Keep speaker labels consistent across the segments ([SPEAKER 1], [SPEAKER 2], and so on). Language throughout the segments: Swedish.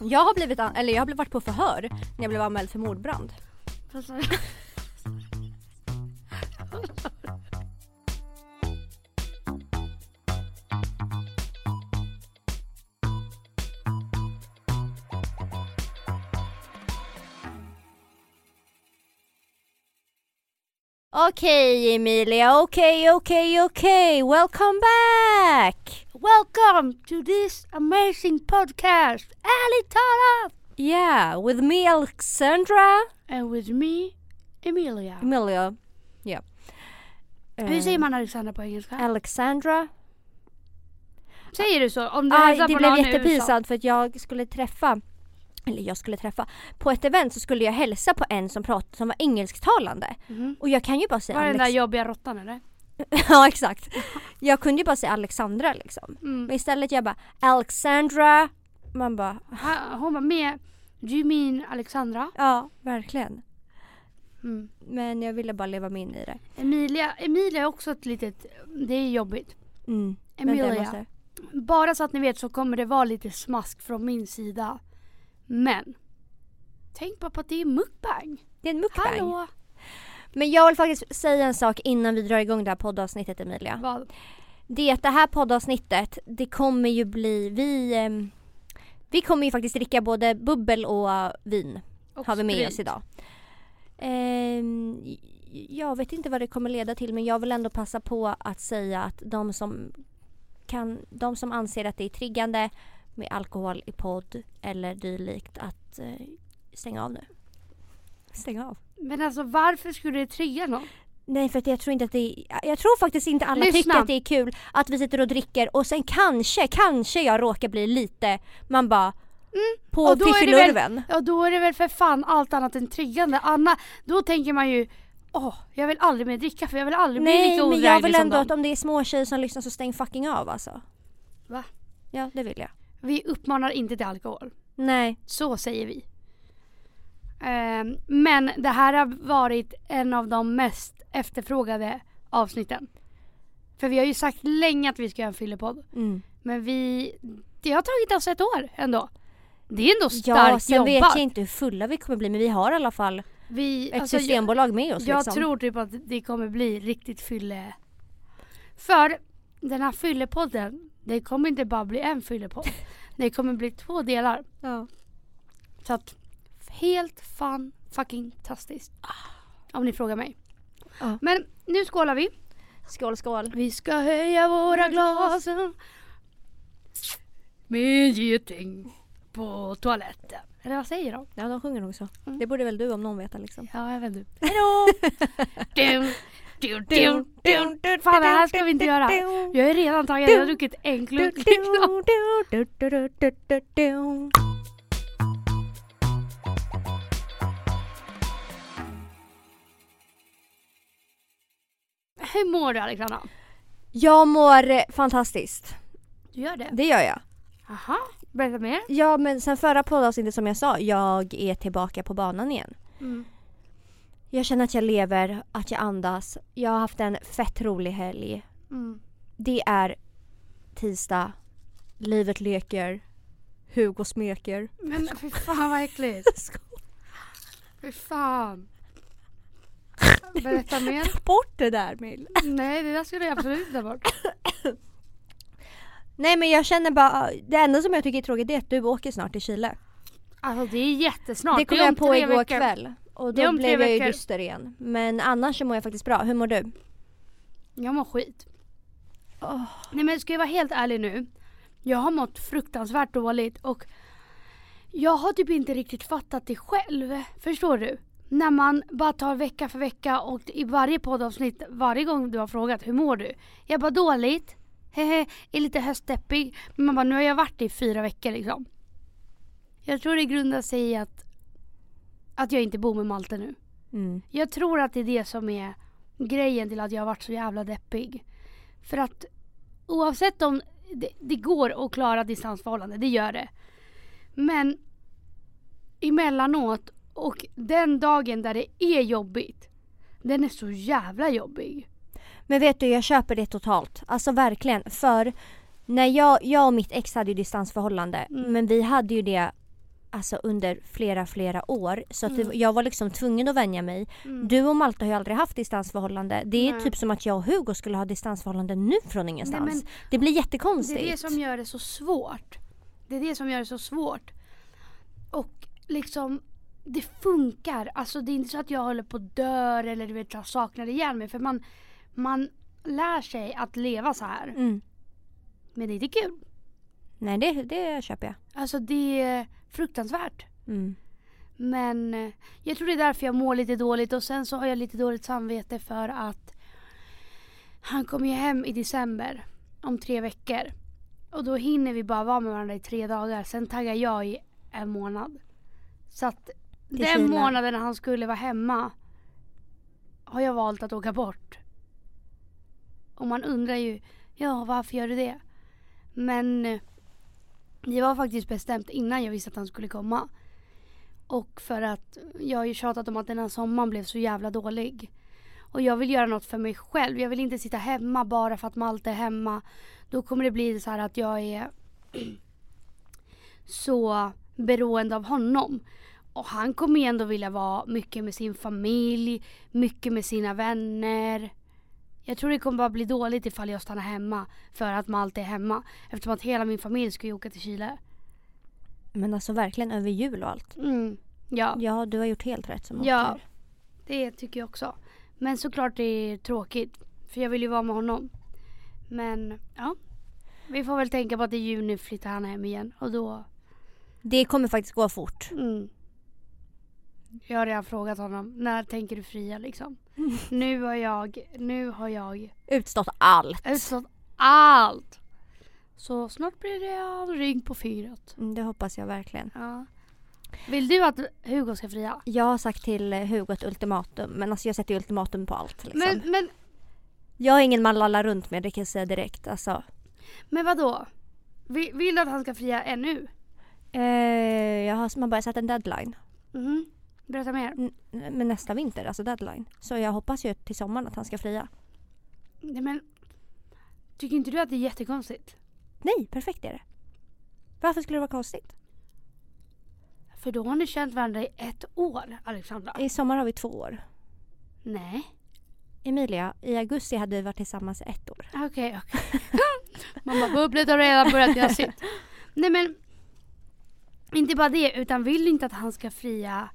[SPEAKER 1] Jag har blivit, an- eller jag har blivit varit på förhör när jag blev anmäld för mordbrand.
[SPEAKER 2] Fast-
[SPEAKER 1] Okej Emilia, okej okej okej, welcome back!
[SPEAKER 2] Welcome to this amazing podcast, Ärligt talat!
[SPEAKER 1] Yeah, with me Alexandra.
[SPEAKER 2] And with me, Emilia.
[SPEAKER 1] Emilia. Yeah.
[SPEAKER 2] Mm. Hur
[SPEAKER 1] Eh,
[SPEAKER 2] säger man Alexandra på engelska?
[SPEAKER 1] Alexandra.
[SPEAKER 2] Säger du så? Om du
[SPEAKER 1] Aj,
[SPEAKER 2] hälsar
[SPEAKER 1] det
[SPEAKER 2] på
[SPEAKER 1] blev
[SPEAKER 2] någon i USA.
[SPEAKER 1] jättepinsamt för att jag skulle träffa, eller jag skulle träffa, på ett event så skulle jag hälsa på en som, prat, som var engelsktalande.
[SPEAKER 2] Mhm.
[SPEAKER 1] Och jag kan ju bara säga
[SPEAKER 2] Var det den där
[SPEAKER 1] Alex-
[SPEAKER 2] jobbiga råttan eller?
[SPEAKER 1] Ja exakt. Jag kunde ju bara säga Alexandra liksom.
[SPEAKER 2] Mm.
[SPEAKER 1] Men istället jag bara Alexandra. Man bara
[SPEAKER 2] Ha- Hon var med. Do you mean Alexandra?
[SPEAKER 1] ja verkligen.
[SPEAKER 2] Mm.
[SPEAKER 1] Men jag ville bara leva mig in i det.
[SPEAKER 2] Emilia, Emilia är också ett litet... Det är jobbigt.
[SPEAKER 1] Mm. Vänta, jag
[SPEAKER 2] Emilia.
[SPEAKER 1] måste-
[SPEAKER 2] Bara så att ni vet så kommer det vara lite smask från min sida. Men. Tänk bara på att det är mukbang.
[SPEAKER 1] Det är en mukbang.
[SPEAKER 2] Hallå!
[SPEAKER 1] Men jag vill faktiskt säga en sak innan vi drar igång det här poddavsnittet Emilia.
[SPEAKER 2] Vad?
[SPEAKER 1] Det är att det här poddavsnittet, det kommer ju bli, vi, ehm, vi kommer ju faktiskt dricka både bubbel och eh, vin.
[SPEAKER 2] Och
[SPEAKER 1] har vi med
[SPEAKER 2] sprit.
[SPEAKER 1] oss idag. Ehm, j- jag vet inte vad det kommer leda till men jag vill ändå passa på att säga att de som, kan, de som anser att det är triggande med alkohol i podd eller dylikt att eh, stänga av nu. Stänga av?
[SPEAKER 2] Men alltså varför skulle det trigga någon?
[SPEAKER 1] Nej för att jag tror inte att det är, jag tror faktiskt inte alla
[SPEAKER 2] Lyssna.
[SPEAKER 1] tycker att det är kul att vi sitter och dricker och sen kanske, kanske jag råkar bli lite, man bara på
[SPEAKER 2] Mm. och då är det väl-
[SPEAKER 1] fiffilurven.
[SPEAKER 2] Ja då är det väl för fan allt annat än triggande. Anna, då tänker man ju Åh, jag vill aldrig mer dricka för jag vill aldrig bli
[SPEAKER 1] Nej
[SPEAKER 2] lika
[SPEAKER 1] men jag
[SPEAKER 2] odräglig
[SPEAKER 1] vill
[SPEAKER 2] som
[SPEAKER 1] ändå
[SPEAKER 2] dem.
[SPEAKER 1] att om det är små tjejer som lyssnar så stäng fucking av alltså.
[SPEAKER 2] Va?
[SPEAKER 1] Ja det vill jag.
[SPEAKER 2] Vi uppmanar inte till alkohol.
[SPEAKER 1] Nej.
[SPEAKER 2] Så säger vi. Ehm, men det här har varit en av de mest efterfrågade avsnitten. För vi har ju sagt länge att vi ska göra en fyllepodd.
[SPEAKER 1] Mm.
[SPEAKER 2] Men vi... Det har tagit oss ett år ändå. Det är ändå
[SPEAKER 1] Ja
[SPEAKER 2] starkt
[SPEAKER 1] sen vet
[SPEAKER 2] jobbat.
[SPEAKER 1] jag inte hur fulla vi kommer bli men vi har i alla fall
[SPEAKER 2] Vi,
[SPEAKER 1] ett
[SPEAKER 2] alltså, jag-
[SPEAKER 1] systembolag med oss
[SPEAKER 2] Jag
[SPEAKER 1] liksom.
[SPEAKER 2] tror typ att det kommer bli riktigt fylle... För den här fyllepodden, det kommer inte bara bli en fyllepodd. Det kommer bli två delar.
[SPEAKER 1] Ja.
[SPEAKER 2] Så att helt fan fucking tastiskt. Om ni frågar mig.
[SPEAKER 1] Ja.
[SPEAKER 2] Men nu skålar vi.
[SPEAKER 1] Skål skål.
[SPEAKER 2] Vi ska höja våra glas med geting på toaletten. Eller vad säger de?
[SPEAKER 1] Ja de sjunger nog så.
[SPEAKER 2] Mm.
[SPEAKER 1] Det borde väl du om någon vet liksom.
[SPEAKER 2] Ja, jag vet inte. Hejdå! dun, dun, dun, dun, dun. Fan, det här ska vi inte göra. Jag är redan taggad, jag har druckit en klunk. liksom. Hur mår du Alexandra?
[SPEAKER 1] Jag mår eh, fantastiskt.
[SPEAKER 2] Du gör det?
[SPEAKER 1] Det gör jag.
[SPEAKER 2] Aha, berätta mer.
[SPEAKER 1] Ja men sen förra poddavsnittet som jag sa, jag är tillbaka på banan igen.
[SPEAKER 2] Mm.
[SPEAKER 1] Jag känner att jag lever, att jag andas. Jag har haft en fett rolig helg.
[SPEAKER 2] Mm.
[SPEAKER 1] Det är tisdag, livet leker, Hugo smeker.
[SPEAKER 2] Men fy fan vad äckligt. Fy fan. Berätta mer.
[SPEAKER 1] Ta bort det där Mil.
[SPEAKER 2] Nej, det där skulle jag absolut inte ta bort.
[SPEAKER 1] Nej men jag känner bara, det enda som jag tycker är tråkigt det är att du åker snart till Chile.
[SPEAKER 2] Alltså det är jättesnart.
[SPEAKER 1] det kom
[SPEAKER 2] är om
[SPEAKER 1] jag på
[SPEAKER 2] tre
[SPEAKER 1] igår
[SPEAKER 2] veckor.
[SPEAKER 1] kväll. Och
[SPEAKER 2] Det är
[SPEAKER 1] då
[SPEAKER 2] om tre
[SPEAKER 1] blev jag ju
[SPEAKER 2] veckor.
[SPEAKER 1] dyster igen. Men annars så mår jag faktiskt bra. Hur mår du?
[SPEAKER 2] Jag mår skit.
[SPEAKER 1] Åh.
[SPEAKER 2] Nej men ska jag vara helt ärlig nu. Jag har mått fruktansvärt dåligt och jag har typ inte riktigt fattat det själv. Förstår du? När man bara tar vecka för vecka och i varje poddavsnitt, varje gång du har frågat hur mår du? Jag bara dåligt, hehe, är lite höstdeppig. Men man bara nu har jag varit det i fyra veckor liksom. Jag tror det grundar sig i att, att jag inte bor med Malte nu.
[SPEAKER 1] Mm.
[SPEAKER 2] Jag tror att det är det som är grejen till att jag har varit så jävla deppig. För att oavsett om det, det går att klara distansförhållande, det gör det. Men emellanåt och den dagen där det är jobbigt, den är så jävla jobbig.
[SPEAKER 1] Men vet du, jag köper det totalt. Alltså verkligen. För när jag, jag och mitt ex hade ju distansförhållande.
[SPEAKER 2] Mm.
[SPEAKER 1] Men vi hade ju det alltså under flera, flera år. Så att det-
[SPEAKER 2] Mm.
[SPEAKER 1] jag var liksom tvungen att vänja mig.
[SPEAKER 2] Mm.
[SPEAKER 1] Du och Malte har ju aldrig haft distansförhållande. Det är
[SPEAKER 2] Nej.
[SPEAKER 1] typ som att jag och Hugo skulle ha distansförhållande nu från ingenstans.
[SPEAKER 2] men
[SPEAKER 1] det blir
[SPEAKER 2] Det
[SPEAKER 1] jättekonstigt.
[SPEAKER 2] är det som gör det så svårt. Det är det som gör det så svårt. Och liksom, det funkar. Alltså det är inte så att jag håller på att dö eller du vet jag saknar ihjäl mig. För man, man lär sig att leva så här.
[SPEAKER 1] mm.
[SPEAKER 2] Men det är inte kul.
[SPEAKER 1] Nej, det, det köper jag.
[SPEAKER 2] Alltså det är fruktansvärt.
[SPEAKER 1] Mm.
[SPEAKER 2] Men eh, jag tror det är därför jag mår lite dåligt och sen så har jag lite dåligt samvete för att han kommer ju hem i december om tre veckor. Och då hinner vi bara vara med varandra i tre dagar. Sen taggar jag i en månad. Så att
[SPEAKER 1] Det
[SPEAKER 2] den
[SPEAKER 1] kilar.
[SPEAKER 2] månaden han skulle vara hemma har jag valt att åka bort. Och man undrar ju, ja varför gör du det? Men eh, det var faktiskt bestämt innan jag visste att han skulle komma. Och för att jag har ju tjatat om att den här sommaren blev så jävla dålig. Och jag vill göra något för mig själv. Jag vill inte sitta hemma bara för att Malte är hemma. Då kommer det bli så här att jag är så beroende av honom. Och han kommer ju ändå vilja vara mycket med sin familj, mycket med sina vänner. Jag tror det kommer bara bli dåligt ifall jag stannar hemma för att Malte är hemma. Eftersom att hela min familj ska ju åka till Chile.
[SPEAKER 1] Men alltså verkligen över jul och allt.
[SPEAKER 2] Mm. Ja.
[SPEAKER 1] Ja, du har gjort helt rätt som
[SPEAKER 2] Ja.
[SPEAKER 1] åker.
[SPEAKER 2] Det tycker jag också. Men såklart det är tråkigt. För jag vill ju vara med honom. Men ja. Vi får väl tänka på att i juni flyttar han hem igen. Och då...
[SPEAKER 1] Det kommer faktiskt gå fort.
[SPEAKER 2] Mm. Jag har redan frågat honom. När tänker du fria liksom? Nu har jag... Nu har jag
[SPEAKER 1] Utstått allt.
[SPEAKER 2] utstått allt. Så snart blir det en ring på fingret.
[SPEAKER 1] Mm, Det hoppas jag verkligen.
[SPEAKER 2] Ja. Vill du att Hugo ska fria?
[SPEAKER 1] Jag har sagt till eh, Hugo ett ultimatum, men alltså jag sätter ju ultimatum på allt. Liksom.
[SPEAKER 2] Men, men,
[SPEAKER 1] Jag har ingen man att lalla runt med, det kan jag säga direkt. Alltså,
[SPEAKER 2] men vadå? Vill, vill du att han ska fria ännu?
[SPEAKER 1] eh, jag har, man börjar sätta en deadline.
[SPEAKER 2] Mhm. Berätta mer.
[SPEAKER 1] N- Men nästa vinter, alltså deadline. Så jag hoppas ju till sommaren att han ska fria.
[SPEAKER 2] Nej men, tycker inte du att det är jättekonstigt?
[SPEAKER 1] Nej, perfekt är det. Varför skulle det vara konstigt?
[SPEAKER 2] För då har ni känt varandra i ett år, Alexandra.
[SPEAKER 1] I sommar har vi två år.
[SPEAKER 2] Nej.
[SPEAKER 1] Emilia, i augusti hade vi varit tillsammans ett år.
[SPEAKER 2] Okej, okej. Mamma, bubblet har redan börjat göra sitt. Nej men, inte bara det, utan vill du inte att han ska fria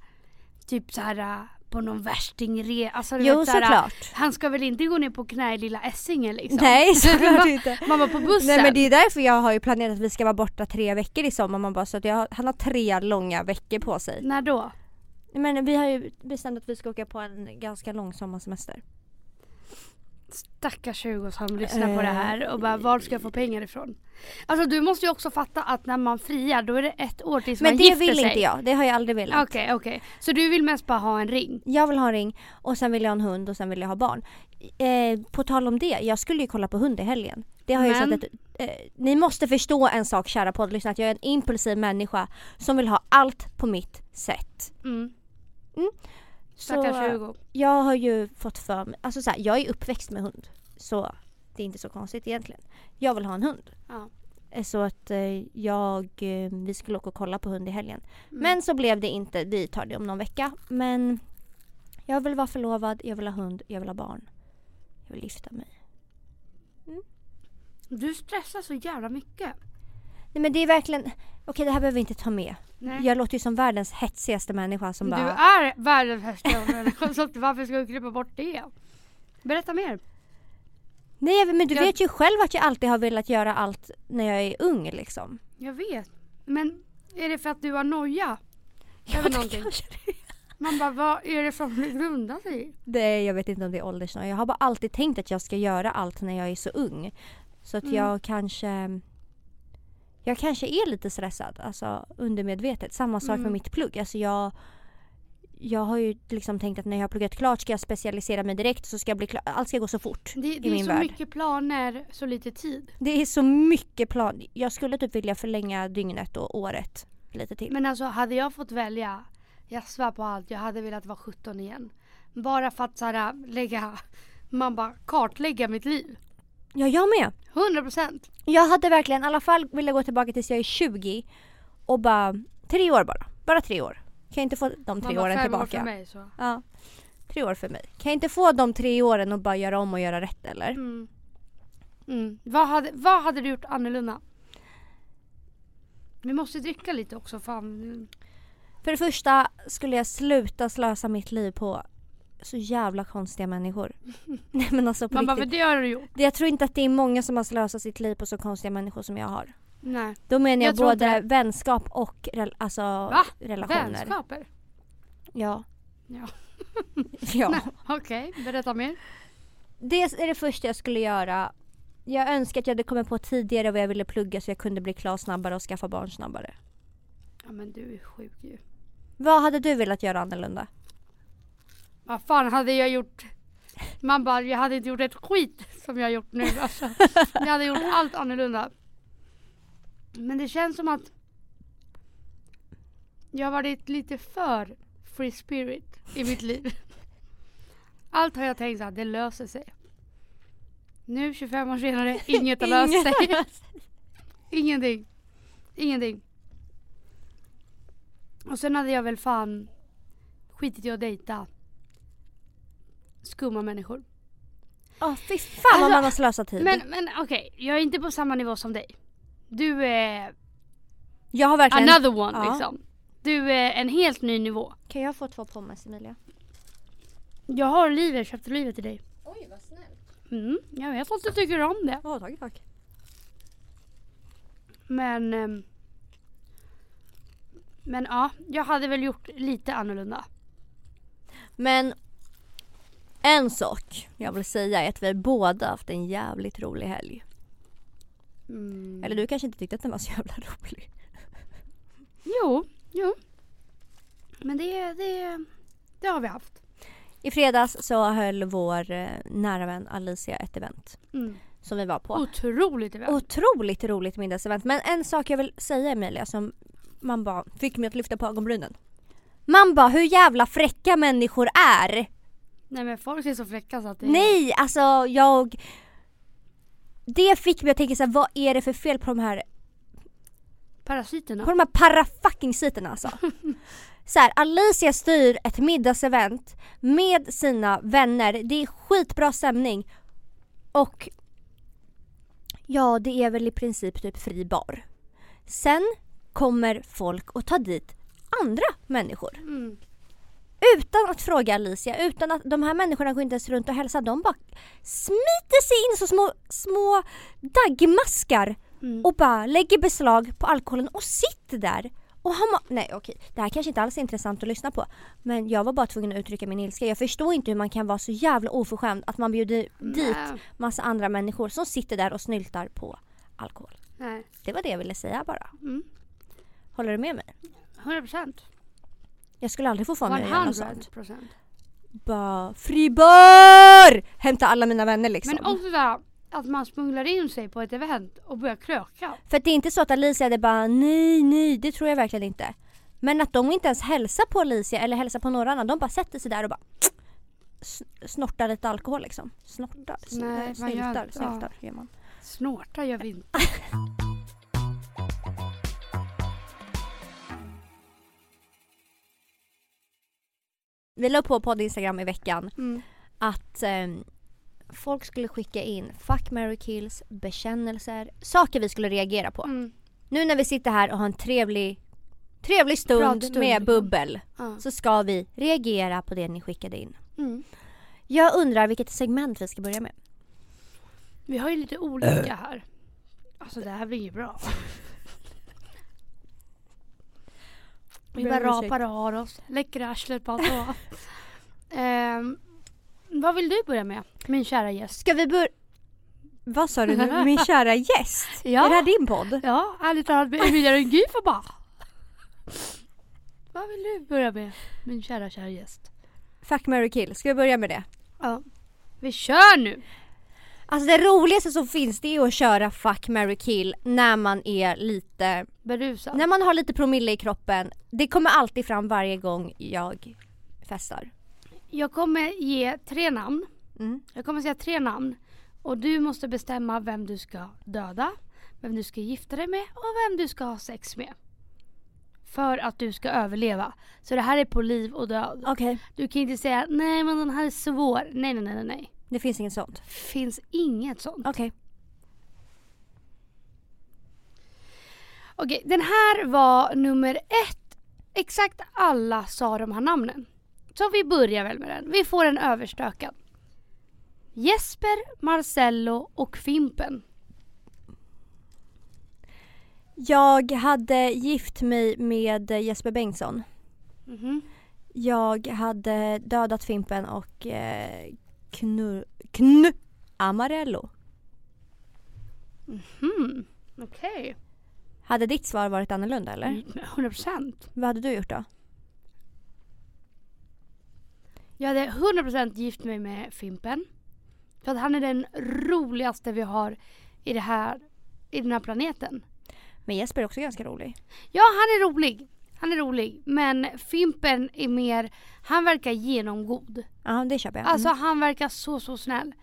[SPEAKER 2] typ så här äh, på någon värstingre... Alltså, du
[SPEAKER 1] Jo,
[SPEAKER 2] vet, så här, äh,
[SPEAKER 1] såklart.
[SPEAKER 2] Han ska väl inte gå ner på knä i lilla Essingen liksom?
[SPEAKER 1] Nej, såklart inte.
[SPEAKER 2] Mamma på bussen?
[SPEAKER 1] Nej men det är därför jag har ju planerat att vi ska vara borta tre veckor i sommar. Man bara, så att jag, har- han har tre långa veckor på sig.
[SPEAKER 2] När då?
[SPEAKER 1] Men vi har ju bestämt att vi ska åka på en ganska lång sommarsemester.
[SPEAKER 2] Stackars Hugo som lyssnar på det här och bara
[SPEAKER 1] Eh.
[SPEAKER 2] var ska jag få pengar ifrån? Alltså du måste ju också fatta att när man friar då är det ett år tills
[SPEAKER 1] Men
[SPEAKER 2] man
[SPEAKER 1] det
[SPEAKER 2] gifter sig.
[SPEAKER 1] vill inte jag, det har jag aldrig velat.
[SPEAKER 2] Okej okej, så du vill mest bara ha en ring?
[SPEAKER 1] Jag vill ha en ring och sen vill jag ha en hund och sen vill jag ha barn. Eh, på tal om det, jag skulle ju kolla på hund i helgen. Det har jag ju
[SPEAKER 2] Men-
[SPEAKER 1] sagt att, eh, Ni måste förstå en sak kära poddlyssnare, att jag är en impulsiv människa som vill ha allt på mitt sätt.
[SPEAKER 2] Mm. Stackars
[SPEAKER 1] Så
[SPEAKER 2] Hugo.
[SPEAKER 1] jag har ju fått för mig, alltså så här, jag är uppväxt med hund. Så det är inte så konstigt egentligen. Jag vill ha en hund.
[SPEAKER 2] Ja.
[SPEAKER 1] Eh, Så att eh, jag, eh, vi skulle åka och kolla på hund i helgen.
[SPEAKER 2] Mm.
[SPEAKER 1] Men så blev det inte, vi tar det om någon vecka. Men jag vill vara förlovad, jag vill ha hund, jag vill ha barn. Jag vill gifta mig.
[SPEAKER 2] Du stressar så jävla mycket.
[SPEAKER 1] Nej men det är verkligen, okej det här behöver vi inte ta med.
[SPEAKER 2] Nej.
[SPEAKER 1] Jag låter ju som världens hetsigaste människa som
[SPEAKER 2] Du
[SPEAKER 1] bara...
[SPEAKER 2] är världens värsta människa så att varför ska du krypa bort det? Berätta mer.
[SPEAKER 1] Nej men du
[SPEAKER 2] Jag-
[SPEAKER 1] vet ju själv att jag alltid har velat göra allt när jag är ung liksom.
[SPEAKER 2] Jag vet. Men är det för att du har noja?
[SPEAKER 1] Ja,
[SPEAKER 2] Över
[SPEAKER 1] det
[SPEAKER 2] någonting.
[SPEAKER 1] kanske det är.
[SPEAKER 2] Man bara vad är det som det grundar sig i?
[SPEAKER 1] Nej jag vet inte om det är åldersnoja. Jag har bara alltid tänkt att jag ska göra allt när jag är så ung. Så att
[SPEAKER 2] Mm.
[SPEAKER 1] jag kanske... Jag kanske är lite stressad, alltså undermedvetet. Samma sak med
[SPEAKER 2] Mm.
[SPEAKER 1] mitt plugg. Alltså jag, jag har ju liksom tänkt att när jag har pluggat klart ska jag specialisera mig direkt så ska jag bli klar. Allt ska gå så fort.
[SPEAKER 2] Det, det är
[SPEAKER 1] min
[SPEAKER 2] så
[SPEAKER 1] värld.
[SPEAKER 2] mycket planer, så lite tid.
[SPEAKER 1] Det är så mycket plan. Jag skulle typ vilja förlänga dygnet och året lite till.
[SPEAKER 2] Men alltså hade jag fått välja, jag svär på allt, jag hade velat vara 17 igen. Bara för att så här, lägga, man bara kartlägga mitt liv.
[SPEAKER 1] Ja, jag med.
[SPEAKER 2] 100 procent.
[SPEAKER 1] Jag hade verkligen i alla fall velat gå tillbaka tills jag är 20 och bara Tre år bara. Bara tre år. Kan jag inte få de tre
[SPEAKER 2] Man bara,
[SPEAKER 1] åren
[SPEAKER 2] fem
[SPEAKER 1] tillbaka?
[SPEAKER 2] År för mig, så.
[SPEAKER 1] Ja. Tre år för mig. Kan jag inte få de tre åren och bara göra om och göra rätt eller?
[SPEAKER 2] Mm. Mm. Vad, hade, vad hade du gjort annorlunda? Vi måste dricka lite också fan.
[SPEAKER 1] För det första skulle jag sluta slösa mitt liv på så jävla konstiga människor. Nej men alltså på
[SPEAKER 2] Man bara,
[SPEAKER 1] riktigt.
[SPEAKER 2] men det har du gjort.
[SPEAKER 1] Det- Jag tror inte att det är många som har slösat sitt liv på så konstiga människor som jag har.
[SPEAKER 2] Nej.
[SPEAKER 1] Då menar jag,
[SPEAKER 2] Jag tror inte
[SPEAKER 1] både vänskap och rel- alltså
[SPEAKER 2] Va?
[SPEAKER 1] relationer.
[SPEAKER 2] Vänskaper?
[SPEAKER 1] Ja.
[SPEAKER 2] Ja.
[SPEAKER 1] ja.
[SPEAKER 2] Okej, berätta mer.
[SPEAKER 1] Det är det första jag skulle göra. Jag önskar att jag hade kommit på tidigare vad jag ville plugga så jag kunde bli klar snabbare och skaffa barn snabbare.
[SPEAKER 2] Ja men du är sjuk ju.
[SPEAKER 1] Vad hade du velat göra annorlunda?
[SPEAKER 2] Vad fan hade jag gjort? Man bara, jag hade inte gjort ett skit som jag har gjort nu alltså. Jag hade gjort allt annorlunda. Men det känns som att jag har varit lite för free spirit i mitt liv. Allt har jag tänkt att det löser sig. Nu 25 år senare, inget har löst sig. Ingenting. Ingenting. Och sen hade jag väl fan skitit i att dejta skumma människor.
[SPEAKER 1] Ja, fy fan vad
[SPEAKER 2] Alltså,
[SPEAKER 1] man har slösat tid.
[SPEAKER 2] Men, men okej, jag är inte på samma nivå som dig. Du är
[SPEAKER 1] jag har verkligen...
[SPEAKER 2] another one
[SPEAKER 1] Ja.
[SPEAKER 2] liksom. Du är en helt ny nivå.
[SPEAKER 1] Kan jag få två pommes Emilia?
[SPEAKER 2] Jag har oliver, köpt oliver till dig.
[SPEAKER 1] Oj vad snällt.
[SPEAKER 2] Mm, jag vet att du tycker om det.
[SPEAKER 1] Ja, tack tack.
[SPEAKER 2] Men... ehm, Men ja, jag hade väl gjort lite annorlunda.
[SPEAKER 1] Men en sak jag vill säga är att vi båda haft en jävligt rolig helg.
[SPEAKER 2] Mm.
[SPEAKER 1] Eller du kanske inte tyckte att den var så jävla rolig.
[SPEAKER 2] Jo, jo. Men det, det, det har vi haft.
[SPEAKER 1] I fredags så höll vår eh, nära vän Alicia ett event
[SPEAKER 2] Mm.
[SPEAKER 1] som vi var på.
[SPEAKER 2] Otroligt event.
[SPEAKER 1] Otroligt roligt middagsevent. Men en sak jag vill säga Emilia som man bara fick mig att lyfta på ögonbrynen. Man bara hur jävla fräcka människor är.
[SPEAKER 2] Nej men folk är så fräcka så att det
[SPEAKER 1] Nej alltså jag. Det fick mig att tänka så här, vad är det för fel på de här,
[SPEAKER 2] Parasiterna.
[SPEAKER 1] på de här parafucking-sviterna alltså. Så här, Alicia styr ett middagsevent med sina vänner. Det är skitbra stämning. Och ja, det är väl i princip typ fri bar. Sen kommer folk och tar dit andra människor.
[SPEAKER 2] Mm.
[SPEAKER 1] Utan att fråga Alicia, utan att de här människorna går inte ens runt och hälsar. De bara smiter sig in som små, små daggmaskar
[SPEAKER 2] Mm.
[SPEAKER 1] och bara lägger beslag på alkoholen och sitter där. Och har ma- Nej okej, det här kanske inte alls är intressant att lyssna på. Men jag var bara tvungen att uttrycka min ilska. Jag förstår inte hur man kan vara så jävla oförskämd att man bjuder dit
[SPEAKER 2] Nej.
[SPEAKER 1] massa andra människor som sitter där och snyltar på alkohol.
[SPEAKER 2] Nej.
[SPEAKER 1] Det var det jag ville säga bara.
[SPEAKER 2] Mm.
[SPEAKER 1] Håller du med mig?
[SPEAKER 2] 100 procent.
[SPEAKER 1] Jag skulle aldrig få för mig att göra något sånt.
[SPEAKER 2] 100 procent.
[SPEAKER 1] Bara FRIBAR! Hämta alla mina vänner liksom.
[SPEAKER 2] Men också så här, att man smugglar in sig på ett event och börjar kröka.
[SPEAKER 1] För att det är inte så att Alicia hade bara nej, nej, det tror jag verkligen inte. Men att de inte ens hälsar på Alicia eller hälsar på några annan. De bara sätter sig där och bara s- snortar lite alkohol liksom. Snortar, sn- eh,
[SPEAKER 2] Nej, man gör
[SPEAKER 1] snyltar,
[SPEAKER 2] inte- ja.
[SPEAKER 1] snyltar gör man.
[SPEAKER 2] Snorta gör vi inte.
[SPEAKER 1] Vi la på podd Instagram i veckan
[SPEAKER 2] Mm.
[SPEAKER 1] att ehm, folk skulle skicka in fuck, marry, kills, bekännelser, saker vi skulle reagera på.
[SPEAKER 2] Mm.
[SPEAKER 1] Nu när vi sitter här och har en trevlig, trevlig stund
[SPEAKER 2] Pratstund,
[SPEAKER 1] med
[SPEAKER 2] liksom.
[SPEAKER 1] bubbel
[SPEAKER 2] Ja.
[SPEAKER 1] så ska vi reagera på det ni skickade in.
[SPEAKER 2] Mm.
[SPEAKER 1] Jag undrar vilket segment vi ska börja med.
[SPEAKER 2] Vi har ju lite olika här. Alltså det här blir ju bra. Vi
[SPEAKER 1] Ber
[SPEAKER 2] bara
[SPEAKER 1] om ursäkt.
[SPEAKER 2] rapar och har oss. Läcker arslet på allt vad. Ehm, Vad vill du börja med? Min kära gäst.
[SPEAKER 1] Ska vi börja... Vad sa du nu? Min kära gäst?
[SPEAKER 2] Ja.
[SPEAKER 1] Är det här din podd?
[SPEAKER 2] Ja, ärligt talat med Emilia Rengifa bara. Vad vill du börja med? Min kära kära gäst.
[SPEAKER 1] Fuck, marry, kill. Ska vi börja med det?
[SPEAKER 2] Ja. Vi kör nu!
[SPEAKER 1] Alltså det roligaste som finns det är att köra fuck, marry, kill när man är lite...
[SPEAKER 2] Berusad.
[SPEAKER 1] När man har lite promille i kroppen. Det kommer alltid fram varje gång jag festar.
[SPEAKER 2] Jag kommer ge tre namn.
[SPEAKER 1] Mm.
[SPEAKER 2] Jag kommer säga tre namn. Och du måste bestämma vem du ska döda, vem du ska gifta dig med och vem du ska ha sex med. för att du ska överleva. Så det här är på liv och död.
[SPEAKER 1] Okej,
[SPEAKER 2] Du kan inte säga nej men den här är svår. Nej nej nej nej, nej.
[SPEAKER 1] det finns inget sånt.
[SPEAKER 2] Finns inget sånt.
[SPEAKER 1] Okej.
[SPEAKER 2] Okej den här var nummer ett. Exakt alla sa de här namnen. Så vi börjar väl med den. Vi får en överstökad. Jesper, Marcello och Fimpen.
[SPEAKER 1] Jag hade gift mig med Jesper Bengtsson.
[SPEAKER 2] Mhm.
[SPEAKER 1] Jag hade dödat Fimpen och eh, knur... Kn... Amarello. Mm,
[SPEAKER 2] Hmm. Okej.
[SPEAKER 1] Hade ditt svar varit annorlunda eller?
[SPEAKER 2] 100%.
[SPEAKER 1] Vad hade du gjort då?
[SPEAKER 2] Jag hade 100% gift mig med Fimpen. För att han är den roligaste vi har i, det här, i den här planeten.
[SPEAKER 1] Men Jesper är också ganska rolig.
[SPEAKER 2] Ja, han är rolig. Han är rolig. Men Fimpen är mer, han verkar genomgod.
[SPEAKER 1] Ja, det köper jag.
[SPEAKER 2] Alltså
[SPEAKER 1] Mm.
[SPEAKER 2] han verkar så, så snäll.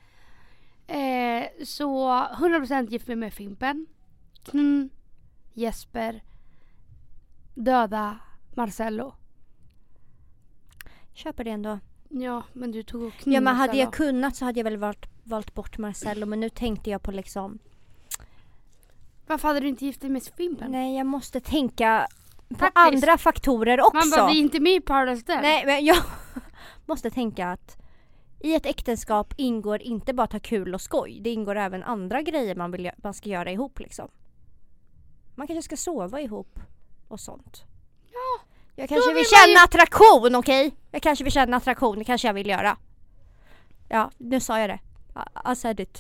[SPEAKER 2] Eh, så 100% gift mig med Fimpen. Knn, Jesper, döda Marcello.
[SPEAKER 1] Köper det ändå.
[SPEAKER 2] Ja, men du tog och knn
[SPEAKER 1] Ja men hade
[SPEAKER 2] Marcello.
[SPEAKER 1] jag kunnat så hade jag väl valt, valt bort Marcello men nu tänkte jag på liksom
[SPEAKER 2] Varför hade du inte gift dig med Fimpen?
[SPEAKER 1] Nej jag måste tänka på
[SPEAKER 2] Faktiskt.
[SPEAKER 1] andra faktorer också.
[SPEAKER 2] Man bara, vi är inte med i Paradise Hotel.
[SPEAKER 1] Nej men jag måste tänka att i ett äktenskap ingår inte bara att ha kul och skoj. Det ingår även andra grejer man, vill, gö- man ska göra ihop liksom. Man kanske ska sova ihop och sånt.
[SPEAKER 2] Ja,
[SPEAKER 1] Jag kanske
[SPEAKER 2] vill
[SPEAKER 1] vill
[SPEAKER 2] man
[SPEAKER 1] känna attraktion, okej? Jag kanske vill känna attraktion, det kanske jag vill göra. Ja, nu sa jag det. I- I said it.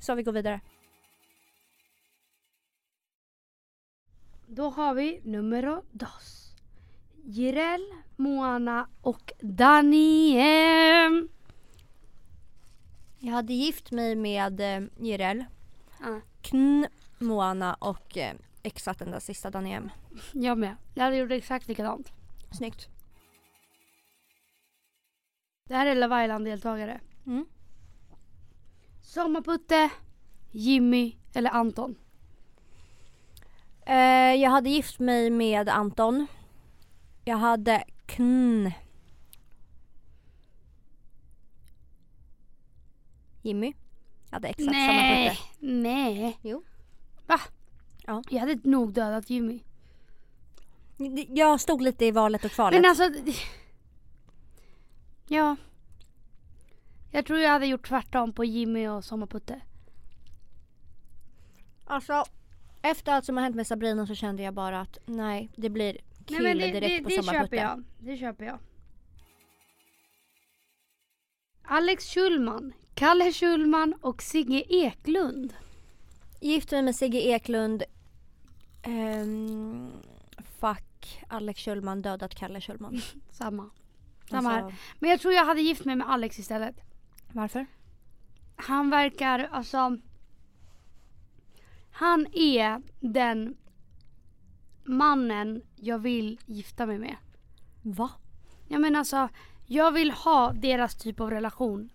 [SPEAKER 1] Så vi går vidare.
[SPEAKER 2] Då har vi nummer dos. Jireel, Moana och Daniel.
[SPEAKER 1] Jag hade gift mig med eh, Jireel,
[SPEAKER 2] Ja.
[SPEAKER 1] Kn, Moana och eh, exakt den där sista Daniem.
[SPEAKER 2] Jag med. Jag hade gjort exakt likadant.
[SPEAKER 1] Snyggt.
[SPEAKER 2] Det här är Love Island-deltagare.
[SPEAKER 1] Mm.
[SPEAKER 2] Sommarputte, Jimmy eller Anton.
[SPEAKER 1] Eh, jag hade gift mig med Anton. Jag hade Kn... Jimmy. Jag hade exakt samma
[SPEAKER 2] Nej,
[SPEAKER 1] putte.
[SPEAKER 2] nej.
[SPEAKER 1] Jo.
[SPEAKER 2] Va?
[SPEAKER 1] Ja.
[SPEAKER 2] Jag hade nog dödat Jimmy.
[SPEAKER 1] Jag stod lite i valet och kvalet.
[SPEAKER 2] Men alltså... Ja. Jag tror jag hade gjort tvärtom på Jimmy och Sommarputte.
[SPEAKER 1] Alltså, efter allt som har hänt med Sabrina så kände jag bara att nej, det blir kul direkt på
[SPEAKER 2] det
[SPEAKER 1] samma
[SPEAKER 2] köper
[SPEAKER 1] putte.
[SPEAKER 2] jag. Det köper jag. Alex Schulman, Kalle Schulman och Sigge Eklund.
[SPEAKER 1] Gift mig med Sigge Eklund. Ehm, fuck, Alex Schulman dödat Kalle Schulman. Alltså-
[SPEAKER 2] Samma. Samma här. Men jag tror jag hade gift mig med Alex istället.
[SPEAKER 1] varför?
[SPEAKER 2] Han verkar, alltså... Han är den mannen jag vill gifta mig med.
[SPEAKER 1] Va?
[SPEAKER 2] Jag menar alltså, jag vill ha deras typ av relation.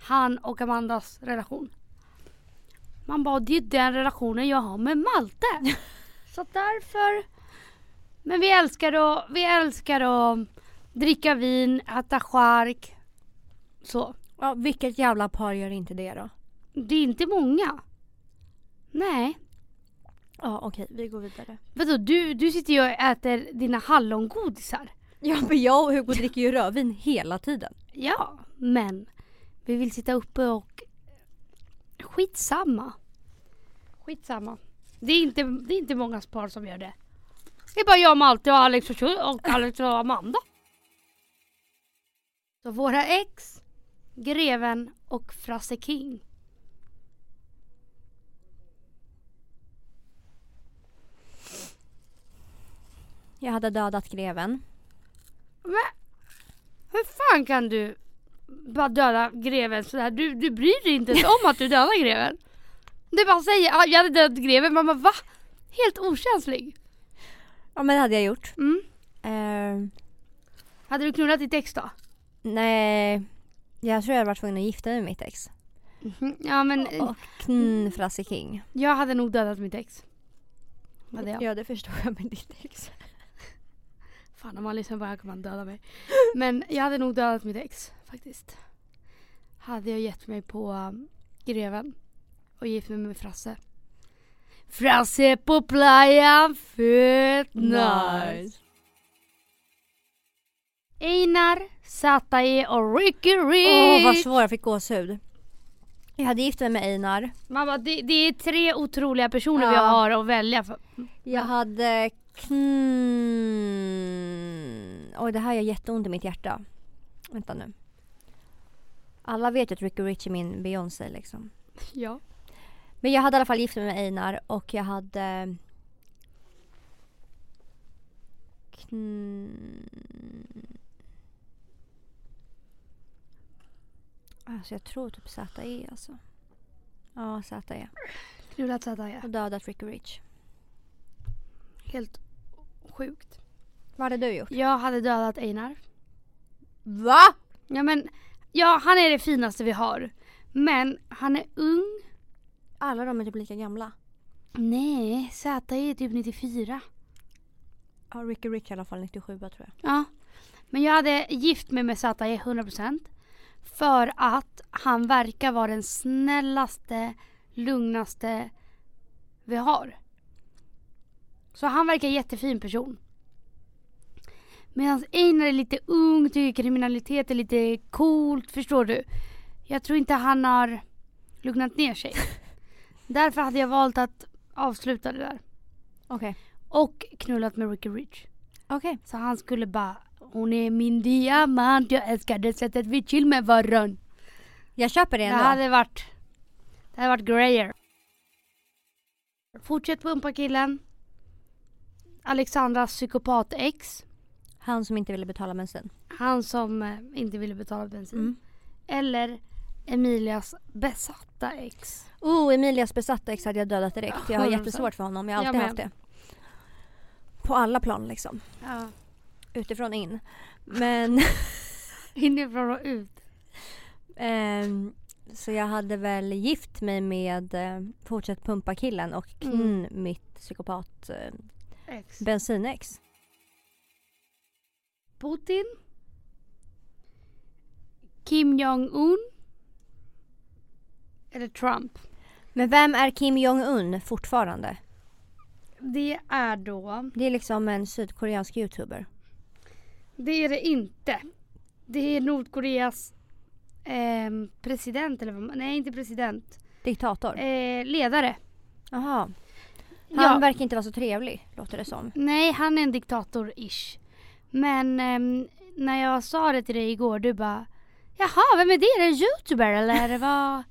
[SPEAKER 2] Han och Amandas relation. Man bara, det är den relationen jag har med Malte. Så därför. Men vi älskar att, vi älskar att dricka vin, äta chark. Så.
[SPEAKER 1] Ja, vilket jävla par gör inte det då?
[SPEAKER 2] Det är inte många. Nej.
[SPEAKER 1] Ja, okej, vi går vidare.
[SPEAKER 2] Vadå, du, du sitter ju och äter dina hallongodisar.
[SPEAKER 1] Ja, men jag och Hugo dricker ju rödvin hela tiden.
[SPEAKER 2] Ja, men vi vill sitta uppe och skitsamma. Skitsamma. Det är inte, det är inte många par som gör det. Det är bara jag, Malte och Alex och, Tjo- och Alex och Amanda. Så våra ex, Greven och Frasse King.
[SPEAKER 1] Jag hade dödat greven.
[SPEAKER 2] Hur fan kan du bara döda greven sådär? Du, du bryr dig inte ens om att du dödar greven. Du bara säger ah, jag hade dödat greven, man bara va? Helt okänslig.
[SPEAKER 1] Ja, men det hade jag gjort.
[SPEAKER 2] Mm.
[SPEAKER 1] Ehm,
[SPEAKER 2] Hade du knullat ditt ex då?
[SPEAKER 1] nej, jag tror jag var tvungen att gifta mig med mitt ex.
[SPEAKER 2] Ja men eh,
[SPEAKER 1] Och kn Frasse King.
[SPEAKER 2] jag hade nog dödat mitt ex. Hade jag.
[SPEAKER 1] det förstår jag med ditt ex.
[SPEAKER 2] Fan om han lyssnar på det här kommer han döda mig. Men jag hade nog dödat mitt ex faktiskt. Hade jag gett mig på um, greven och gift mig med Frasse. Frasse på playan, fett nice! Einar, Satae och Ricky Rich!
[SPEAKER 1] Åh vad svår, jag fick gåshud. Jag hade gift mig med Einar.
[SPEAKER 2] Mamma det, det är tre otroliga personer
[SPEAKER 1] Ja.
[SPEAKER 2] vi har att välja för.
[SPEAKER 1] Jag hade kn... Oj, det här gör jätteont i mitt hjärta. Vänta nu. Alla vet ju att Ricky Rich är min Beyoncé liksom.
[SPEAKER 2] Ja.
[SPEAKER 1] Men jag hade i alla fall gift mig med Einar och jag hade... Kn... Alltså jag tror typ ZE alltså. Ja, ZE.
[SPEAKER 2] Knullat Satae.
[SPEAKER 1] Och dödat Ricky Rich.
[SPEAKER 2] Helt sjukt.
[SPEAKER 1] Vad hade du gjort?
[SPEAKER 2] Jag hade dödat Einar.
[SPEAKER 1] Va?
[SPEAKER 2] Ja men, ja han är det finaste vi har. Men han är ung.
[SPEAKER 1] Alla de är typ lika gamla.
[SPEAKER 2] Nej, Zäta är typ 94.
[SPEAKER 1] Ja, Ricky Rich i alla fall 97 tror jag.
[SPEAKER 2] Ja. Men jag hade gift mig med Zäta 100%. För att han verkar vara den snällaste, lugnaste vi har. Så han verkar en jättefin person. Medan Einar är lite ung, tycker kriminalitet är lite coolt, förstår du? Jag tror inte han har lugnat ner sig. Därför hade jag valt att avsluta det där.
[SPEAKER 1] Okej.
[SPEAKER 2] Och knullat med Ricky Rich.
[SPEAKER 1] Okej.
[SPEAKER 2] Så han skulle bara Hon är min diamant, jag älskar det sättet vi chill med varandra.
[SPEAKER 1] Jag köper det
[SPEAKER 2] Det
[SPEAKER 1] ändå.
[SPEAKER 2] hade varit Det hade varit grejer. Fortsätt pumpa killen. Alexandras psykopat-ex.
[SPEAKER 1] Han som inte ville betala bensin.
[SPEAKER 2] Han som eh, inte ville betala bensin.
[SPEAKER 1] Mm.
[SPEAKER 2] Eller Emilias besatta ex.
[SPEAKER 1] Oh, Emilias besatta ex hade jag dödat direkt. Jag har
[SPEAKER 2] 100%.
[SPEAKER 1] jättesvårt för honom. Jag har alltid
[SPEAKER 2] Jag med.
[SPEAKER 1] haft det. På alla plan liksom.
[SPEAKER 2] Ja.
[SPEAKER 1] Utifrån in. Men...
[SPEAKER 2] Inifrån och ut.
[SPEAKER 1] ehm, så jag hade väl gift mig med eh, Fortsätt pumpa killen och kn mitt psykopat eh,
[SPEAKER 2] Ex.
[SPEAKER 1] bensinex.
[SPEAKER 2] Putin. Kim Jong-Un. Eller Trump.
[SPEAKER 1] Men vem är Kim Jong-Un fortfarande?
[SPEAKER 2] Det är då...
[SPEAKER 1] Det är liksom en sydkoreansk youtuber.
[SPEAKER 2] Det är det inte. Det är Nordkoreas ehm, president eller vad man- Nej, inte president.
[SPEAKER 1] Diktator.
[SPEAKER 2] Eh, ledare.
[SPEAKER 1] Jaha. Han
[SPEAKER 2] Ja.
[SPEAKER 1] verkar inte vara så trevlig, låter det som.
[SPEAKER 2] Nej, han är en diktator-ish. Men ehm, när jag sa det till dig igår, du bara Jaha, vem är det? Är det en youtuber eller vad?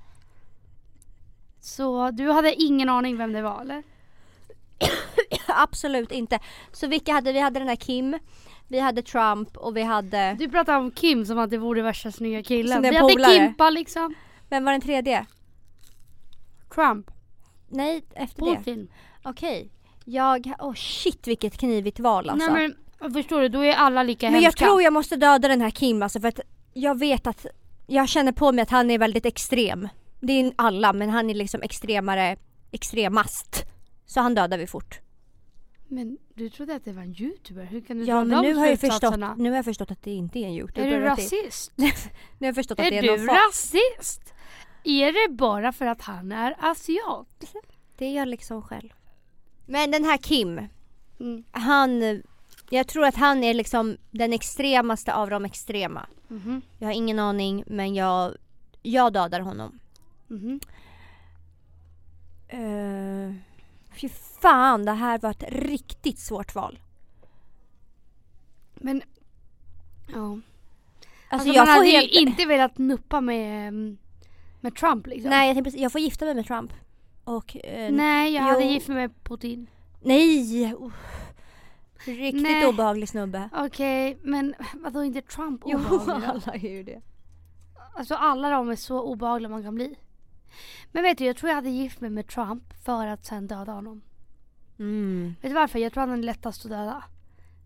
[SPEAKER 2] Så du hade ingen aning vem det var eller?
[SPEAKER 1] Absolut inte. Så vilka hade vi? Vi hade den här Kim, vi hade Trump och vi hade...
[SPEAKER 2] Du pratade om Kim som att det vore värsta snygga killen.
[SPEAKER 1] Som är
[SPEAKER 2] Vi hade
[SPEAKER 1] polare.
[SPEAKER 2] Kimpa liksom.
[SPEAKER 1] Vem var den tredje?
[SPEAKER 2] Trump.
[SPEAKER 1] Nej, efter det.
[SPEAKER 2] Putin.
[SPEAKER 1] Okej. Jag... Åh shit vilket knivigt val alltså. men
[SPEAKER 2] Nej men förstår du, då är alla lika hemska.
[SPEAKER 1] jag tror jag måste döda den här Kim alltså för att jag vet att... Jag känner på mig att han är väldigt extrem. Det är alla men han är liksom extremare, extremast. Så han dödar vi fort.
[SPEAKER 2] Men du trodde att det var en youtuber? Hur kan du
[SPEAKER 1] Ja
[SPEAKER 2] dra
[SPEAKER 1] men
[SPEAKER 2] de
[SPEAKER 1] nu har, jag förstått,
[SPEAKER 2] slutsatserna?
[SPEAKER 1] nu har jag förstått att det inte är en youtuber.
[SPEAKER 2] Är du
[SPEAKER 1] att det-
[SPEAKER 2] rasist?
[SPEAKER 1] Nu har jag förstått att
[SPEAKER 2] Är
[SPEAKER 1] det är
[SPEAKER 2] du
[SPEAKER 1] någon form-
[SPEAKER 2] rasist? Är det bara för att han är asiat?
[SPEAKER 1] Det är jag liksom själv. Men den här Kim, Mm. han... Jag tror att han är liksom den extremaste av de extrema.
[SPEAKER 2] Mhm.
[SPEAKER 1] Jag har ingen aning men jag, jag dödar honom.
[SPEAKER 2] Mhm.
[SPEAKER 1] Uh, fy fan, det här var ett riktigt svårt val.
[SPEAKER 2] Men... Ja.
[SPEAKER 1] Alltså,
[SPEAKER 2] Alltså,
[SPEAKER 1] jag
[SPEAKER 2] man hade
[SPEAKER 1] får
[SPEAKER 2] ju
[SPEAKER 1] helt...
[SPEAKER 2] inte velat nuppa med, ehm, med Trump liksom.
[SPEAKER 1] Nej, jag, tänkte precis- jag får gifta mig med Trump. Och... eh,
[SPEAKER 2] Nej, jag hade
[SPEAKER 1] Jo.
[SPEAKER 2] gift mig med Putin.
[SPEAKER 1] nej! Uh, riktigt
[SPEAKER 2] Nej.
[SPEAKER 1] obehaglig snubbe.
[SPEAKER 2] Okej, men vadå inte Trump obehaglig då?
[SPEAKER 1] är ju det.
[SPEAKER 2] Alltså alla de är så obehagliga man kan bli. Men vet du, jag tror jag hade gift mig med Trump för att sen döda honom.
[SPEAKER 1] Mm.
[SPEAKER 2] Vet du varför? Jag tror han är lättast att döda.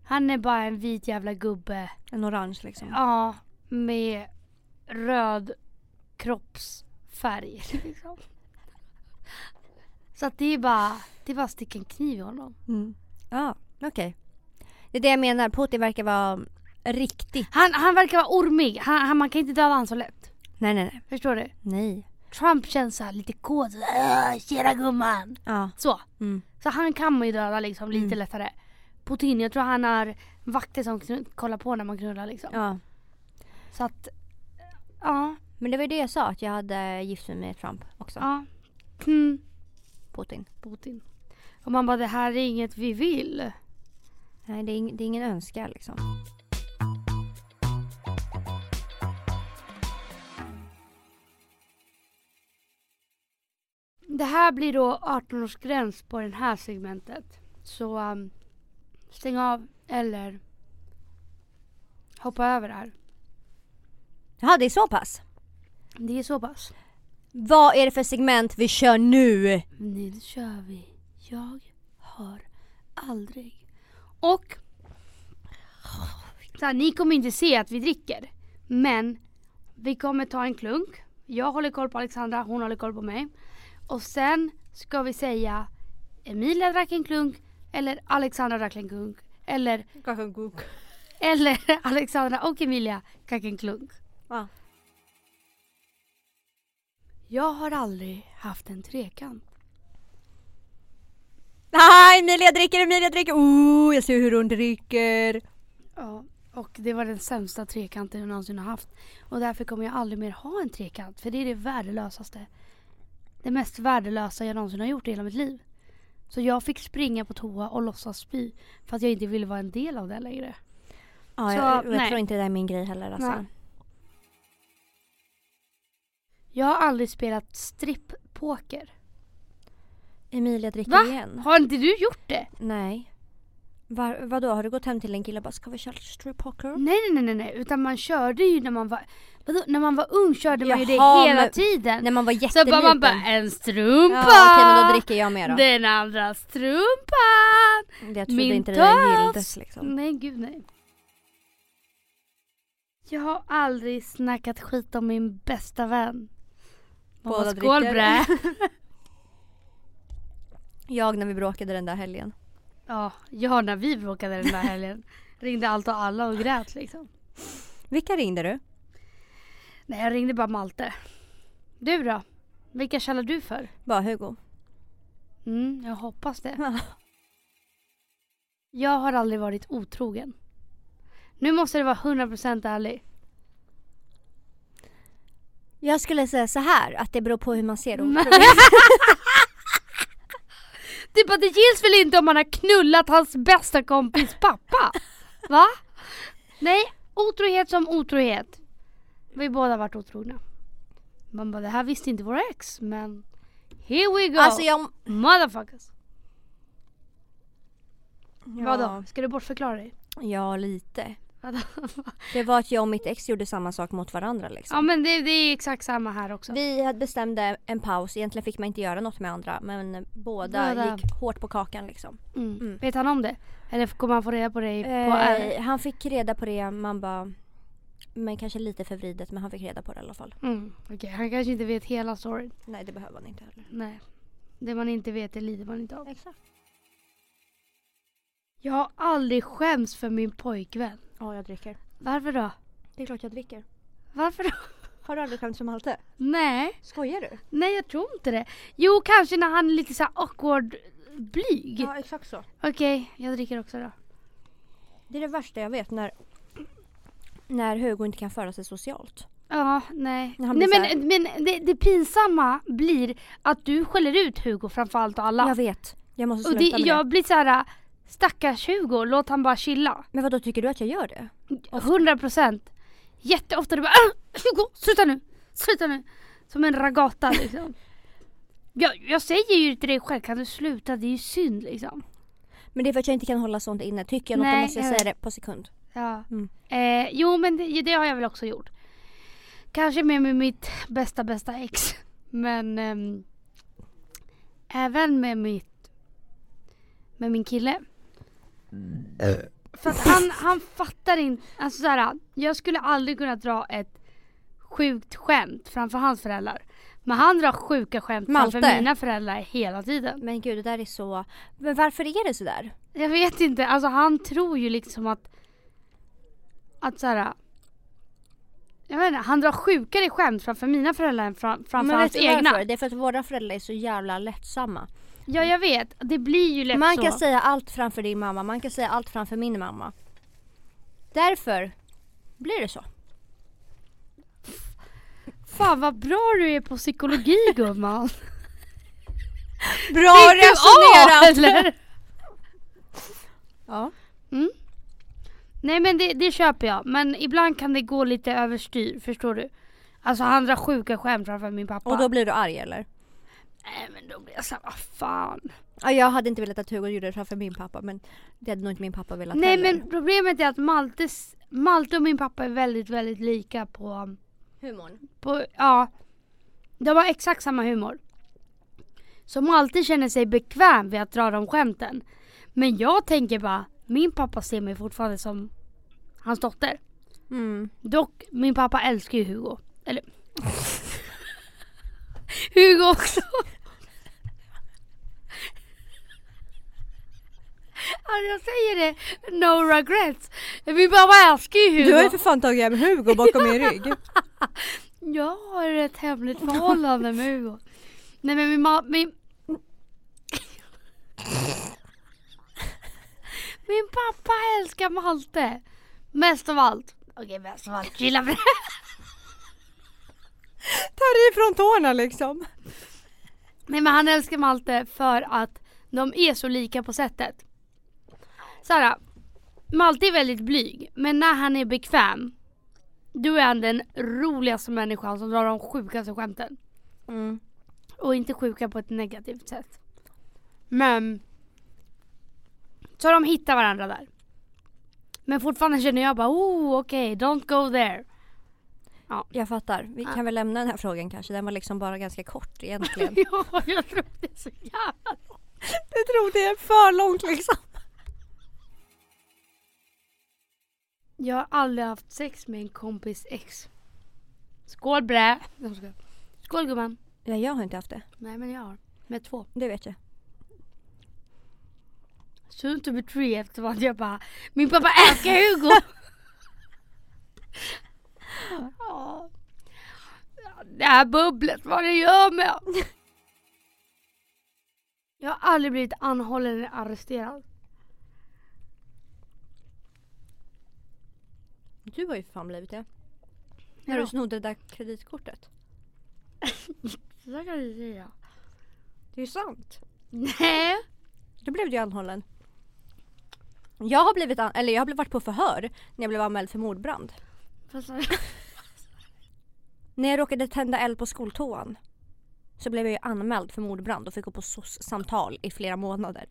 [SPEAKER 2] Han är bara en vit jävla gubbe.
[SPEAKER 1] En orange liksom.
[SPEAKER 2] Ja, med röd kroppsfärg. Liksom. Så att det är bara, det är bara att sticka en kniv i honom.
[SPEAKER 1] Mm. Ja, okej. Det är det jag menar, Putin verkar vara riktigt...
[SPEAKER 2] Han, han verkar vara ormig. Han, han, man kan inte döda han så lätt.
[SPEAKER 1] Nej, nej, nej.
[SPEAKER 2] Förstår du?
[SPEAKER 1] Nej.
[SPEAKER 2] Trump känns så här lite kåt. så här, "Åh, Tjena gumman.
[SPEAKER 1] Ja.
[SPEAKER 2] Så.
[SPEAKER 1] Mm.
[SPEAKER 2] Så han kan man ju döda liksom lite
[SPEAKER 1] Mm.
[SPEAKER 2] lättare. Putin, jag tror han har vakter som knu- kollar på när man knullar liksom.
[SPEAKER 1] ja.
[SPEAKER 2] Så att, ja,
[SPEAKER 1] Men det var ju det jag sa, att jag hade gift mig med Trump också.
[SPEAKER 2] ja. Mm.
[SPEAKER 1] Putin.
[SPEAKER 2] Putin. Och man bara, det här är inget vi vill.
[SPEAKER 1] Nej, det är, ing- det är ingen önskan liksom.
[SPEAKER 2] Det här blir då 18-årsgräns på det här segmentet. Så um, stäng av eller hoppa över det här.
[SPEAKER 1] Jaha, det är så pass.
[SPEAKER 2] Det är så pass.
[SPEAKER 1] Vad är det för segment vi kör nu?
[SPEAKER 2] Nu kör vi. Jag har aldrig. Och så här, ni kommer inte se att vi dricker. Men vi kommer ta en klunk. Jag håller koll på Alexandra, hon håller koll på mig. Och sen ska vi säga Emilia drack en klunk eller Alexandra drack en klunk. Eller, eller Alexandra och Emilia drack en klunk.
[SPEAKER 1] Ja.
[SPEAKER 2] Jag har aldrig haft en trekant.
[SPEAKER 1] Nej, Emilia dricker, Emilia dricker. Oh, jag ser hur hon dricker.
[SPEAKER 2] Ja, och det var den sämsta trekanten jag någonsin har haft. Och därför kommer jag aldrig mer ha en trekant. För det är det värdelösaste. Det mest värdelösa jag någonsin har gjort i hela mitt liv. Så jag fick springa på toa och låtsas spy. För att jag inte ville vara en del av det längre.
[SPEAKER 1] Ja,
[SPEAKER 2] Så,
[SPEAKER 1] jag, jag
[SPEAKER 2] nej.
[SPEAKER 1] tror inte det är min grej heller alltså.
[SPEAKER 2] Nej. Jag har aldrig spelat stripppoker.
[SPEAKER 1] Emilia dricker
[SPEAKER 2] Va?
[SPEAKER 1] igen.
[SPEAKER 2] Har inte du gjort det?
[SPEAKER 1] Nej. Var, vadå, har du gått hem till en kille och bara ska vi köra lite strip poker?
[SPEAKER 2] Nej, nej, nej, nej, nej. Utan man körde ju när man var... Vadå? När man var ung körde man ju
[SPEAKER 1] Jaha,
[SPEAKER 2] det hela
[SPEAKER 1] men-
[SPEAKER 2] tiden.
[SPEAKER 1] När man var
[SPEAKER 2] Så
[SPEAKER 1] jätteliten.
[SPEAKER 2] bara man bara, en strumpa!
[SPEAKER 1] Ja, okej men då dricker jag mer då.
[SPEAKER 2] Den andra strumpan!
[SPEAKER 1] Det, jag trodde
[SPEAKER 2] Min
[SPEAKER 1] inte det där
[SPEAKER 2] tofs!
[SPEAKER 1] gilldes liksom.
[SPEAKER 2] Nej, gud nej. Jag har aldrig snackat skit om min bästa vän. Man
[SPEAKER 1] Båda
[SPEAKER 2] bara, skål
[SPEAKER 1] dricker."
[SPEAKER 2] bre.
[SPEAKER 1] Jag när vi bråkade den där helgen.
[SPEAKER 2] ja, jag när vi bråkade den där helgen. ringde allt och alla och grät liksom.
[SPEAKER 1] Vilka ringde du?
[SPEAKER 2] Nej, jag ringde bara Malte. Du då? Vilka kallar du för?
[SPEAKER 1] Bara Hugo.
[SPEAKER 2] Mm, jag hoppas det. Jag har aldrig varit otrogen. Nu måste det vara 100% ärlig.
[SPEAKER 1] Jag skulle säga så här att det beror på hur man ser
[SPEAKER 2] Nej.
[SPEAKER 1] otrogen.
[SPEAKER 2] Det, är bara, det gills väl inte om man har knullat hans bästa kompis pappa? Va? Nej, otrohet som otrohet. Vi båda varit otrogna. Man bara, det här visste inte våra ex, men here we go.
[SPEAKER 1] Alltså jag...
[SPEAKER 2] Motherfuckers.
[SPEAKER 1] Ja.
[SPEAKER 2] Vadå? Ska du bortförklara dig?
[SPEAKER 1] Ja, lite.
[SPEAKER 2] Vadå?
[SPEAKER 1] Det var att jag och mitt ex gjorde samma sak mot varandra liksom.
[SPEAKER 2] ja men det, det är exakt samma här också.
[SPEAKER 1] Vi hade bestämde en paus, egentligen fick man inte göra något med andra men båda
[SPEAKER 2] Båda.
[SPEAKER 1] gick hårt på kakan liksom.
[SPEAKER 2] Mm.
[SPEAKER 1] Mm.
[SPEAKER 2] Vet han om det? Eller kommer han få reda på det på eh,
[SPEAKER 1] Eh, han fick reda på det, man bara... Men kanske lite förvridet men han fick reda på det i alla fall.
[SPEAKER 2] mm. Okej, han kanske inte vet hela storyn.
[SPEAKER 1] Nej det behöver han inte heller.
[SPEAKER 2] Nej. Det man inte vet, det lider man inte av.
[SPEAKER 1] Exakt.
[SPEAKER 2] Jag har aldrig skämts för min pojkvän.
[SPEAKER 1] Ja jag dricker.
[SPEAKER 2] Varför då?
[SPEAKER 1] Det är klart jag dricker.
[SPEAKER 2] Varför då?
[SPEAKER 1] Har du aldrig skämt som Malte?
[SPEAKER 2] Nej,
[SPEAKER 1] Skojar du?
[SPEAKER 2] nej jag tror inte det. Jo, kanske när han är lite så här awkward blyg.
[SPEAKER 1] exakt så.
[SPEAKER 2] Okej, jag dricker också då.
[SPEAKER 1] Det är det värsta jag vet när... När Hugo inte kan föra sig socialt.
[SPEAKER 2] Ja, nej.
[SPEAKER 1] När han
[SPEAKER 2] Nej
[SPEAKER 1] blir
[SPEAKER 2] men, men det, det pinsamma blir att du skäller ut Hugo framför allt och alla.
[SPEAKER 1] Jag vet. Jag måste
[SPEAKER 2] och
[SPEAKER 1] sluta
[SPEAKER 2] det,
[SPEAKER 1] med det.
[SPEAKER 2] jag blir så här stackars Hugo, låt han bara chilla.
[SPEAKER 1] Men vad tycker du att jag gör det?
[SPEAKER 2] 100 procent. Jätteofta du bara "Ah, Hugo, sluta nu, sluta nu. Som en ragata liksom. jag, jag säger ju till dig själv, kan du sluta? Det är ju synd liksom.
[SPEAKER 1] Men det är för att jag inte kan hålla sånt inne. Tycker jag något
[SPEAKER 2] Nej,
[SPEAKER 1] då måste jag
[SPEAKER 2] jag
[SPEAKER 1] säga det på sekund.
[SPEAKER 2] Ja.
[SPEAKER 1] Mm.
[SPEAKER 2] Eh, jo men det, det har jag väl också gjort. Kanske mer med mitt bästa bästa ex. Men ehm, även med mitt med min kille. För att han, han fattar inte. Alltså såhär, jag skulle aldrig kunna dra ett sjukt skämt framför hans föräldrar. Men han drar sjuka skämt
[SPEAKER 3] Malte.
[SPEAKER 2] framför mina föräldrar hela tiden.
[SPEAKER 1] Men gud, det där är så... Men varför är det så där?
[SPEAKER 2] Jag vet inte, alltså han tror ju liksom att att såhär jag vet inte, han drar sjukare skämt framför mina föräldrar än fram, framför
[SPEAKER 1] Men vet
[SPEAKER 2] hans
[SPEAKER 1] du
[SPEAKER 2] egna.
[SPEAKER 1] varför? Det är för att våra föräldrar är så jävla lättsamma.
[SPEAKER 2] Ja jag vet, det blir ju lätt
[SPEAKER 1] Man
[SPEAKER 2] så.
[SPEAKER 1] kan säga allt framför din mamma, man kan säga allt framför min mamma. Därför blir det så.
[SPEAKER 2] Fan vad bra du är på psykologi gumman.
[SPEAKER 1] Bra
[SPEAKER 2] Fick du A, eller?
[SPEAKER 1] Ja.
[SPEAKER 2] Nej men det, det köper jag, men ibland kan det gå lite överstyr, förstår du? Alltså han drar sjuka skämt framför min pappa.
[SPEAKER 1] Och då blir du arg eller?
[SPEAKER 2] Nej men då blir jag såhär, vad fan.
[SPEAKER 1] Ja, jag hade inte velat att Hugo gjorde det framför min pappa men det hade nog inte min pappa velat
[SPEAKER 2] Nej
[SPEAKER 1] heller.
[SPEAKER 2] men problemet är att Maltes, Malte och min pappa är väldigt, väldigt lika på,
[SPEAKER 1] Humorn.
[SPEAKER 2] på, ja. De har exakt samma humor. Så Malte känner sig bekväm vid att dra de skämten. Men jag tänker bara, min pappa ser mig fortfarande som hans dotter.
[SPEAKER 1] Mm.
[SPEAKER 2] Dock, min pappa älskar ju Hugo. Eller... Hugo också. Alltså jag säger det, no regrets. Min pappa älskar ju Hugo.
[SPEAKER 3] Du har ju för fan tagit hem Hugo bakom min rygg.
[SPEAKER 2] Jag har ett hemligt förhållande med Hugo. Nej men min mamma, min... Min pappa älskar Malte. Mest av allt. Okej mest av allt, chilla för
[SPEAKER 3] Tar ifrån tårna liksom.
[SPEAKER 2] Nej men han älskar Malte för att de är så lika på sättet. Sara, Malte är väldigt blyg men när han är bekväm då är han den roligaste människan som drar de sjukaste skämten.
[SPEAKER 1] Mm.
[SPEAKER 2] Och inte sjuka på ett negativt sätt. Men så de hittar varandra där. Men fortfarande känner jag bara oh okej, don't go there.
[SPEAKER 1] Jag fattar. Vi kan väl lämna den här frågan kanske. Den var liksom bara ganska kort egentligen.
[SPEAKER 2] ja, jag tror det är så jävla
[SPEAKER 3] Jag tror det är för långt liksom.
[SPEAKER 2] Jag har aldrig haft sex med en kompis ex. Skål brä! Jag skojar. Skål gumman.
[SPEAKER 1] ja, jag har inte haft det.
[SPEAKER 2] Nej men jag har. Med två.
[SPEAKER 1] Det vet jag.
[SPEAKER 2] Soon to be three eftersom att jag bara Min pappa älskar Hugo! Ja. det här bubblet, vad det gör med Jag har aldrig blivit anhållen eller arresterad.
[SPEAKER 1] Du har ju fan blivit det. När
[SPEAKER 2] Ja.
[SPEAKER 1] du snodde det där kreditkortet.
[SPEAKER 2] Så där kan du säga.
[SPEAKER 1] Det är ju sant.
[SPEAKER 2] Nej.
[SPEAKER 1] Då blev du ju anhållen. Jag har blivit an- eller jag har blivit- varit på förhör när jag blev anmäld för mordbrand.
[SPEAKER 2] Fast-
[SPEAKER 1] När jag råkade tända eld på skoltoan så blev jag ju anmäld för mordbrand och fick gå på SOS-samtal i flera månader.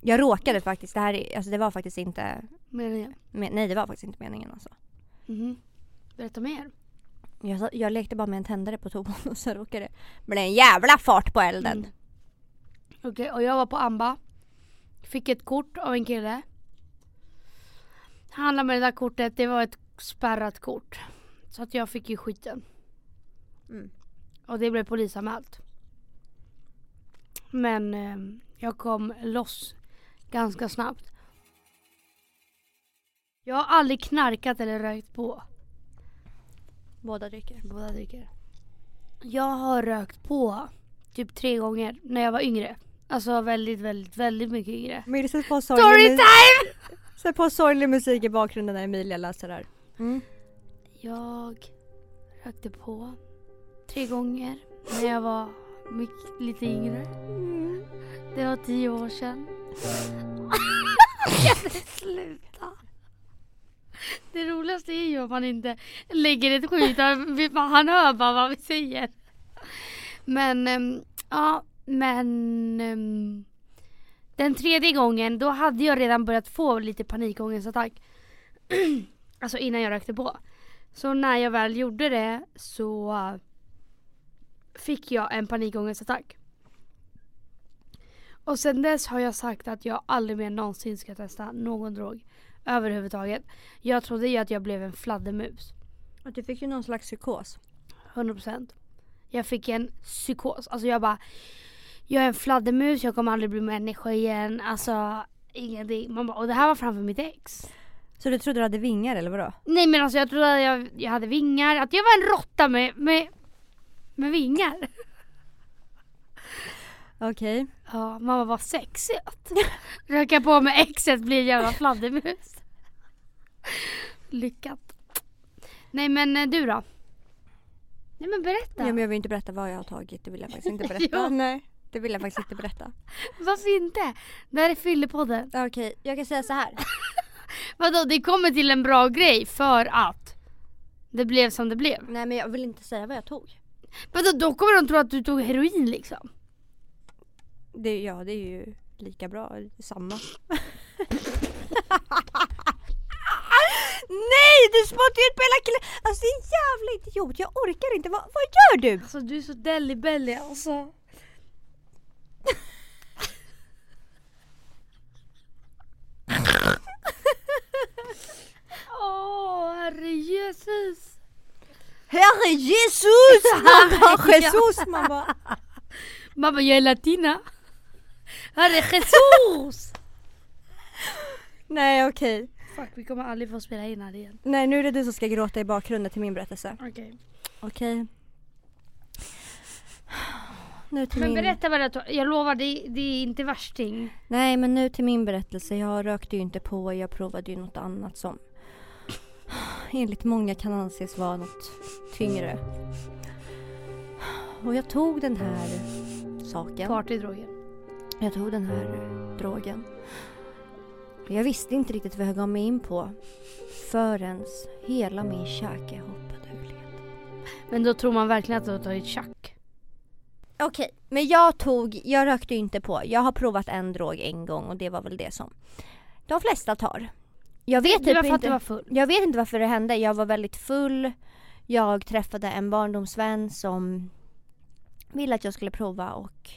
[SPEAKER 1] Jag råkade faktiskt, det här är, alltså det var faktiskt inte,
[SPEAKER 2] Men jag.
[SPEAKER 1] men- nej det var faktiskt inte meningen alltså.
[SPEAKER 2] Mhm. Berätta mer.
[SPEAKER 1] Jag, sa- jag lekte bara med en tändare på toan och så råkade det bli en jävla fart på elden.
[SPEAKER 2] Mm. Okej, och jag var på Amba. Fick ett kort av en kille. Han handlade med det där kortet, det var ett spärrat kort. Så att jag fick ju skiten.
[SPEAKER 1] Mm.
[SPEAKER 2] Och det blev polisanmält. Men eh, jag kom loss ganska snabbt. Jag har aldrig knarkat eller rökt på.
[SPEAKER 1] Båda dricker.
[SPEAKER 2] Båda dricker. Jag har rökt på typ tre gånger när jag var yngre. Alltså väldigt, väldigt, väldigt mycket yngre.
[SPEAKER 3] Men sätt på sorglig, mu-
[SPEAKER 2] Storytime!
[SPEAKER 3] sätt på sorglig musik i bakgrunden när Emilia läser här.
[SPEAKER 1] Mm.
[SPEAKER 2] Jag rökte på tre gånger när jag var mycket, lite yngre. Det var tio år sedan. Kan du sluta? Det roligaste är ju om man inte lägger ett skit, utan vi- han hör bara vad vi säger. Men, ehm, ja, men ehm, den tredje gången då hade jag redan börjat få lite panikångestattack. alltså innan jag rökte på. Så när jag väl gjorde det så eh, fick jag en panikångestattack. Och sen dess har jag sagt att jag aldrig mer någonsin ska testa någon drog överhuvudtaget. Jag trodde ju att jag blev en fladdermus.
[SPEAKER 1] Och du fick ju någon slags psykos.
[SPEAKER 2] 100%. Jag fick en psykos. Alltså jag bara, jag är en fladdermus, jag kommer aldrig bli människa igen. Alltså ingenting. Man bara, och det här var framför mitt ex.
[SPEAKER 1] Så du trodde du hade vingar eller vadå?
[SPEAKER 2] Nej men alltså jag trodde att jag, jag hade vingar, att jag var en råtta med, med, med vingar.
[SPEAKER 1] Okej.
[SPEAKER 2] Ja, mamma var sexigt. Röka på med exet blir en jävla fladdermus. Lyckat. Nej men eh, du då? Nej men berätta.
[SPEAKER 1] Ja, men jag vill inte berätta vad jag har tagit. Det vill jag faktiskt inte berätta.
[SPEAKER 2] Jo.
[SPEAKER 1] Nej. Det vill jag faktiskt inte berätta.
[SPEAKER 2] Varför inte? Det här är Fyllepodden.
[SPEAKER 1] Okej, jag kan säga så här.
[SPEAKER 2] Vadå det kommer till en bra grej för att det blev som det blev.
[SPEAKER 4] Nej men jag vill inte säga vad jag tog.
[SPEAKER 2] Vadå då kommer de tro att du tog heroin liksom.
[SPEAKER 1] Det, ja, det är ju lika bra. Samma. Nej! Du spottar ju ut på hela killen. Alltså din jävla idiot. Jag orkar inte. Vad, vad gör du?
[SPEAKER 2] Alltså du är så deli-belly alltså. Åh herre Jesus.
[SPEAKER 1] Herre Jesus! Man bara, Jesus! Man bara.
[SPEAKER 2] Mamma jag är latina. Herre Jesus.
[SPEAKER 1] Nej okej.
[SPEAKER 2] Fuck vi kommer aldrig få spela in här igen.
[SPEAKER 1] Nej nu är det du som ska gråta i bakgrunden till min berättelse.
[SPEAKER 2] Okej.
[SPEAKER 1] Okej. Nu till
[SPEAKER 2] Men
[SPEAKER 1] min...
[SPEAKER 2] berätta vad du har- jag lovar det, det är inte värsting.
[SPEAKER 1] Nej men nu till min berättelse. Jag rökte ju inte på, jag provade ju något annat som enligt många kan anses vara något tyngre. Och jag tog den här saken.
[SPEAKER 2] Partydroger.
[SPEAKER 1] Jag tog den här drogen. Jag visste inte riktigt vad jag gav mig in på förrän hela min käke hoppade ur led.
[SPEAKER 2] Men då tror man verkligen att du har tagit tjack.
[SPEAKER 4] Okej,
[SPEAKER 1] Men jag tog, jag rökte ju inte på. Jag har provat en drog en gång och det var väl det som de flesta tar. Jag vet
[SPEAKER 2] Det var
[SPEAKER 1] typ
[SPEAKER 2] för att du
[SPEAKER 1] inte,
[SPEAKER 2] var full.
[SPEAKER 1] jag vet inte varför det hände. Jag var väldigt full. Jag träffade en barndomsvän som ville att jag skulle prova och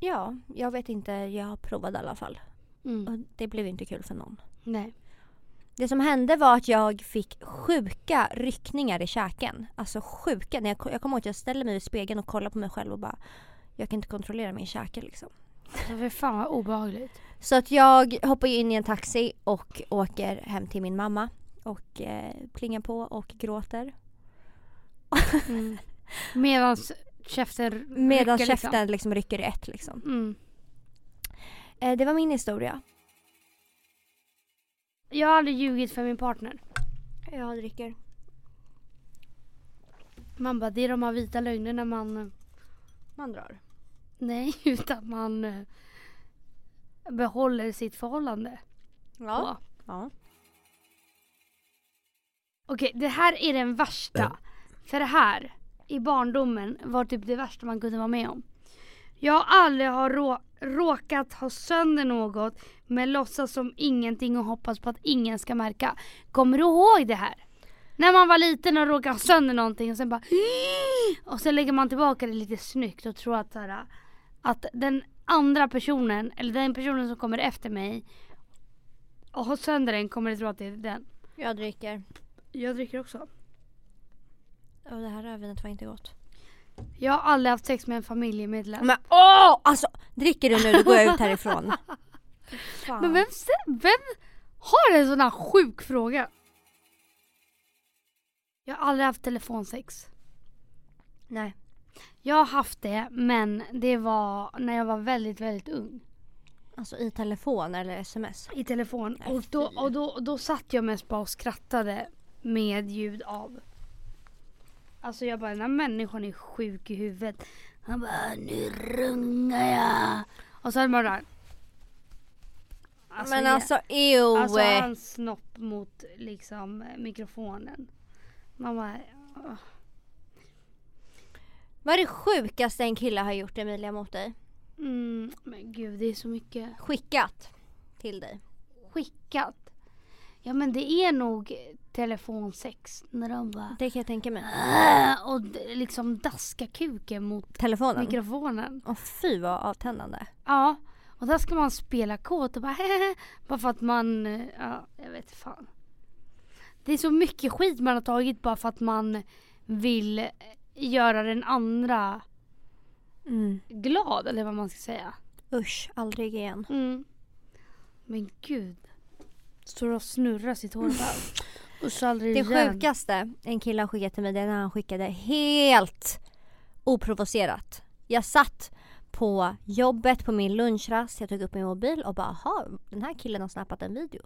[SPEAKER 1] ja, jag vet inte. Jag provade i alla fall.
[SPEAKER 2] Mm.
[SPEAKER 1] Och det blev inte kul för någon.
[SPEAKER 2] Nej.
[SPEAKER 1] Det som hände var att jag fick sjuka ryckningar i käken. Alltså sjuka. När jag, ko- jag kommer ihåg att jag ställde mig i spegeln och kollade på mig själv och bara jag kan inte kontrollera min käke liksom.
[SPEAKER 2] Alltså för fan vad obehagligt.
[SPEAKER 1] Så att jag hoppar ju in i en taxi och åker hem till min mamma och eh, plingar på och gråter.
[SPEAKER 2] Mm. Medan käften
[SPEAKER 1] Medan
[SPEAKER 2] rycker liksom.
[SPEAKER 1] käften liksom rycker i ett liksom.
[SPEAKER 2] Mm.
[SPEAKER 1] Eh, det var min historia.
[SPEAKER 2] Jag har aldrig ljugit för min partner.
[SPEAKER 1] Jag dricker.
[SPEAKER 2] Man bara, det är de här vita lögnerna man... eh,
[SPEAKER 1] Man drar.
[SPEAKER 2] Nej, utan man eh, behåller sitt förhållande.
[SPEAKER 1] Ja.
[SPEAKER 2] på.
[SPEAKER 1] ja.
[SPEAKER 2] Okej, det här är den värsta. För det här, i barndomen, var typ det värsta man kunde vara med om. Jag har aldrig har rå- råkat ha sönder något men låtsas som ingenting och hoppas på att ingen ska märka. Kommer du ihåg det här? När man var liten och råkade ha sönder någonting och sen bara Och sen lägger man tillbaka det lite snyggt och tror att, så här, att den andra personen, eller den personen som kommer efter mig och har sönder den kommer att tro att det är den.
[SPEAKER 1] Jag dricker.
[SPEAKER 2] Jag dricker också.
[SPEAKER 1] Och det här rödvinet var inte gott.
[SPEAKER 2] Jag har aldrig haft sex med en familjemedlem.
[SPEAKER 1] Men åh! Alltså dricker du nu då går jag ut härifrån. Fan.
[SPEAKER 2] Men vem, sä- vem har en sån här sjuk fråga? Jag har aldrig haft telefonsex.
[SPEAKER 1] Nej.
[SPEAKER 2] Jag har haft det men det var när jag var väldigt väldigt ung.
[SPEAKER 1] Alltså i telefon eller sms.
[SPEAKER 2] I telefon.
[SPEAKER 1] Nej,
[SPEAKER 2] Och då,
[SPEAKER 1] fy.
[SPEAKER 2] och då, då satt jag mest bara och skrattade med ljud av. Alltså jag bara den här människan är sjuk i huvudet. Han bara nu rungar jag. Och så hade man bara.
[SPEAKER 1] men
[SPEAKER 2] jag-
[SPEAKER 1] alltså ew.
[SPEAKER 2] Alltså hans snopp mot liksom eh, mikrofonen. Man bara, "Åh."
[SPEAKER 1] Vad är det sjukaste en kille har gjort Emilia mot dig?
[SPEAKER 2] mm, men gud det är så mycket
[SPEAKER 1] Skickat till dig.
[SPEAKER 2] skickat. Ja men det är nog telefonsex när de bara
[SPEAKER 1] Det kan jag tänka mig.
[SPEAKER 2] "Åh", och d- liksom daskar kuken mot
[SPEAKER 1] Telefonen?
[SPEAKER 2] mikrofonen.
[SPEAKER 1] Åh fy vad avtändande.
[SPEAKER 2] Ja, och där ska man spela kåt och bara hehehe, bara för att man, eh, ja jag vet fan. Det är så mycket skit man har tagit bara för att man vill eh, göra den andra
[SPEAKER 1] Mm.
[SPEAKER 2] glad eller vad man ska säga.
[SPEAKER 1] Usch, aldrig igen.
[SPEAKER 2] Men gud. Står och snurrar sitt hår bara. Usch aldrig
[SPEAKER 1] Det
[SPEAKER 2] igen.
[SPEAKER 1] sjukaste en kille har skickat till mig det är när han skickade helt oprovocerat. Jag satt på jobbet på min lunchrast, jag tog upp min mobil och bara aha, den här killen har snappat en video.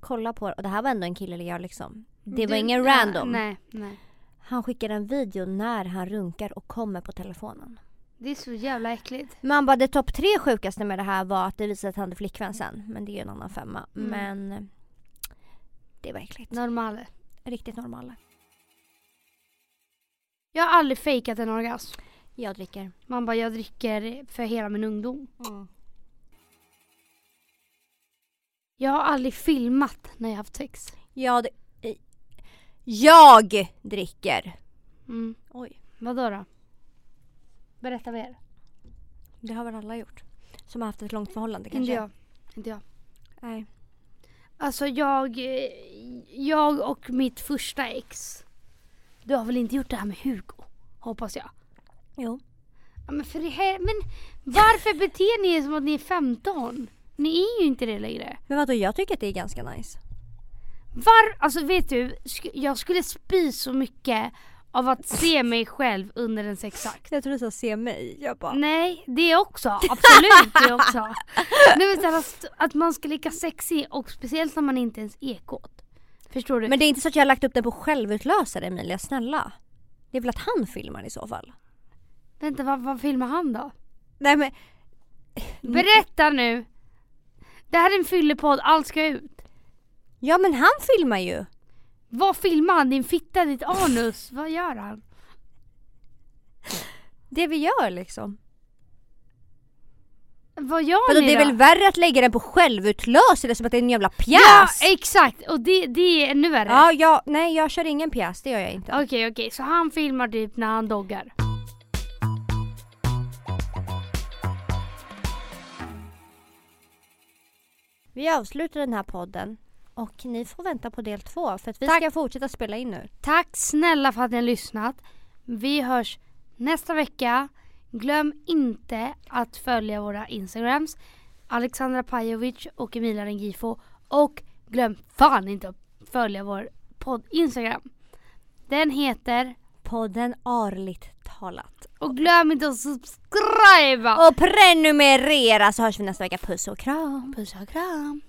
[SPEAKER 1] Kolla på och det här var ändå en kille jag liksom. Det var
[SPEAKER 2] Du-
[SPEAKER 1] ingen
[SPEAKER 2] ja,
[SPEAKER 1] random.
[SPEAKER 2] Nej, nej.
[SPEAKER 1] Han skickade en video när han runkar och kommer på telefonen.
[SPEAKER 2] Det är så jävla äckligt.
[SPEAKER 1] Man bara det topp tre sjukaste med det här var att det visade att han hade flickvän sen. Men det är ju en annan femma.
[SPEAKER 2] Mm.
[SPEAKER 1] Men det var äckligt.
[SPEAKER 2] Normal.
[SPEAKER 1] Riktigt normala.
[SPEAKER 2] Jag har aldrig fejkat en orgasm.
[SPEAKER 1] Jag dricker.
[SPEAKER 2] Man bara, jag dricker för hela min ungdom.
[SPEAKER 1] Mm.
[SPEAKER 2] Jag har aldrig filmat när jag haft sex.
[SPEAKER 1] Jag, eh, jag dricker.
[SPEAKER 2] Mm.
[SPEAKER 1] Oj.
[SPEAKER 2] Vadå då? Berätta mer.
[SPEAKER 1] Det har väl alla gjort. Som har haft ett långt förhållande
[SPEAKER 2] Inte
[SPEAKER 1] kanske.
[SPEAKER 2] jag. Inte jag.
[SPEAKER 1] Nej.
[SPEAKER 2] Alltså jag, eh, jag och mitt första ex. Du har väl inte gjort det här med Hugo? Hoppas jag.
[SPEAKER 1] Jo.
[SPEAKER 2] Ja, men för i hel- men varför beter ni er som att ni är 15? Ni är ju inte det längre.
[SPEAKER 1] Men vadå jag tycker att det är ganska nice.
[SPEAKER 2] Var, alltså vet du, sk- jag skulle spy så mycket av att se mig själv under en sexakt.
[SPEAKER 1] Jag tror du sa se mig. Jag bara.
[SPEAKER 2] Nej, det också. Absolut det också. Nej, men så här, att, att man ska lika sexig och speciellt när man inte ens är kåt. Förstår du?
[SPEAKER 1] Men det är inte så att jag har lagt upp den på självutlösare Emilia, snälla. Det är väl att han filmar i så fall.
[SPEAKER 2] Vänta, vad, vad filmar han då?
[SPEAKER 1] Nej men. Mm.
[SPEAKER 2] Berätta nu! Det här är en fyllepodd, allt ska ut.
[SPEAKER 1] Ja men han filmar ju.
[SPEAKER 2] Vad filmar han? Din fitta, ditt anus? Vad gör han?
[SPEAKER 1] Det vi gör liksom.
[SPEAKER 2] Vad gör
[SPEAKER 1] Vadå,
[SPEAKER 2] ni
[SPEAKER 1] det är
[SPEAKER 2] då?
[SPEAKER 1] väl värre att lägga den på självutlösare som att det är en jävla pjäs?
[SPEAKER 2] Ja, exakt! Och det, det är ännu värre.
[SPEAKER 1] Ja, ja, nej jag kör ingen pjäs, det gör jag inte.
[SPEAKER 2] Okej, okej, så han filmar typ när han doggar.
[SPEAKER 1] Vi avslutar den här podden och ni får vänta på del två för att vi
[SPEAKER 2] Tack.
[SPEAKER 1] ska fortsätta spela in nu.
[SPEAKER 2] Tack snälla för att ni har lyssnat. Vi hörs nästa vecka. Glöm inte att följa våra Instagrams. Alexandra Pajovic och Emilia Rengifo. Och glöm fan inte att följa vår podd Instagram. Den heter...
[SPEAKER 1] Podden Arligt talat.
[SPEAKER 2] Och glöm inte att subscriba!
[SPEAKER 1] Och prenumerera så hörs vi nästa vecka. Puss och kram.
[SPEAKER 2] Puss och kram!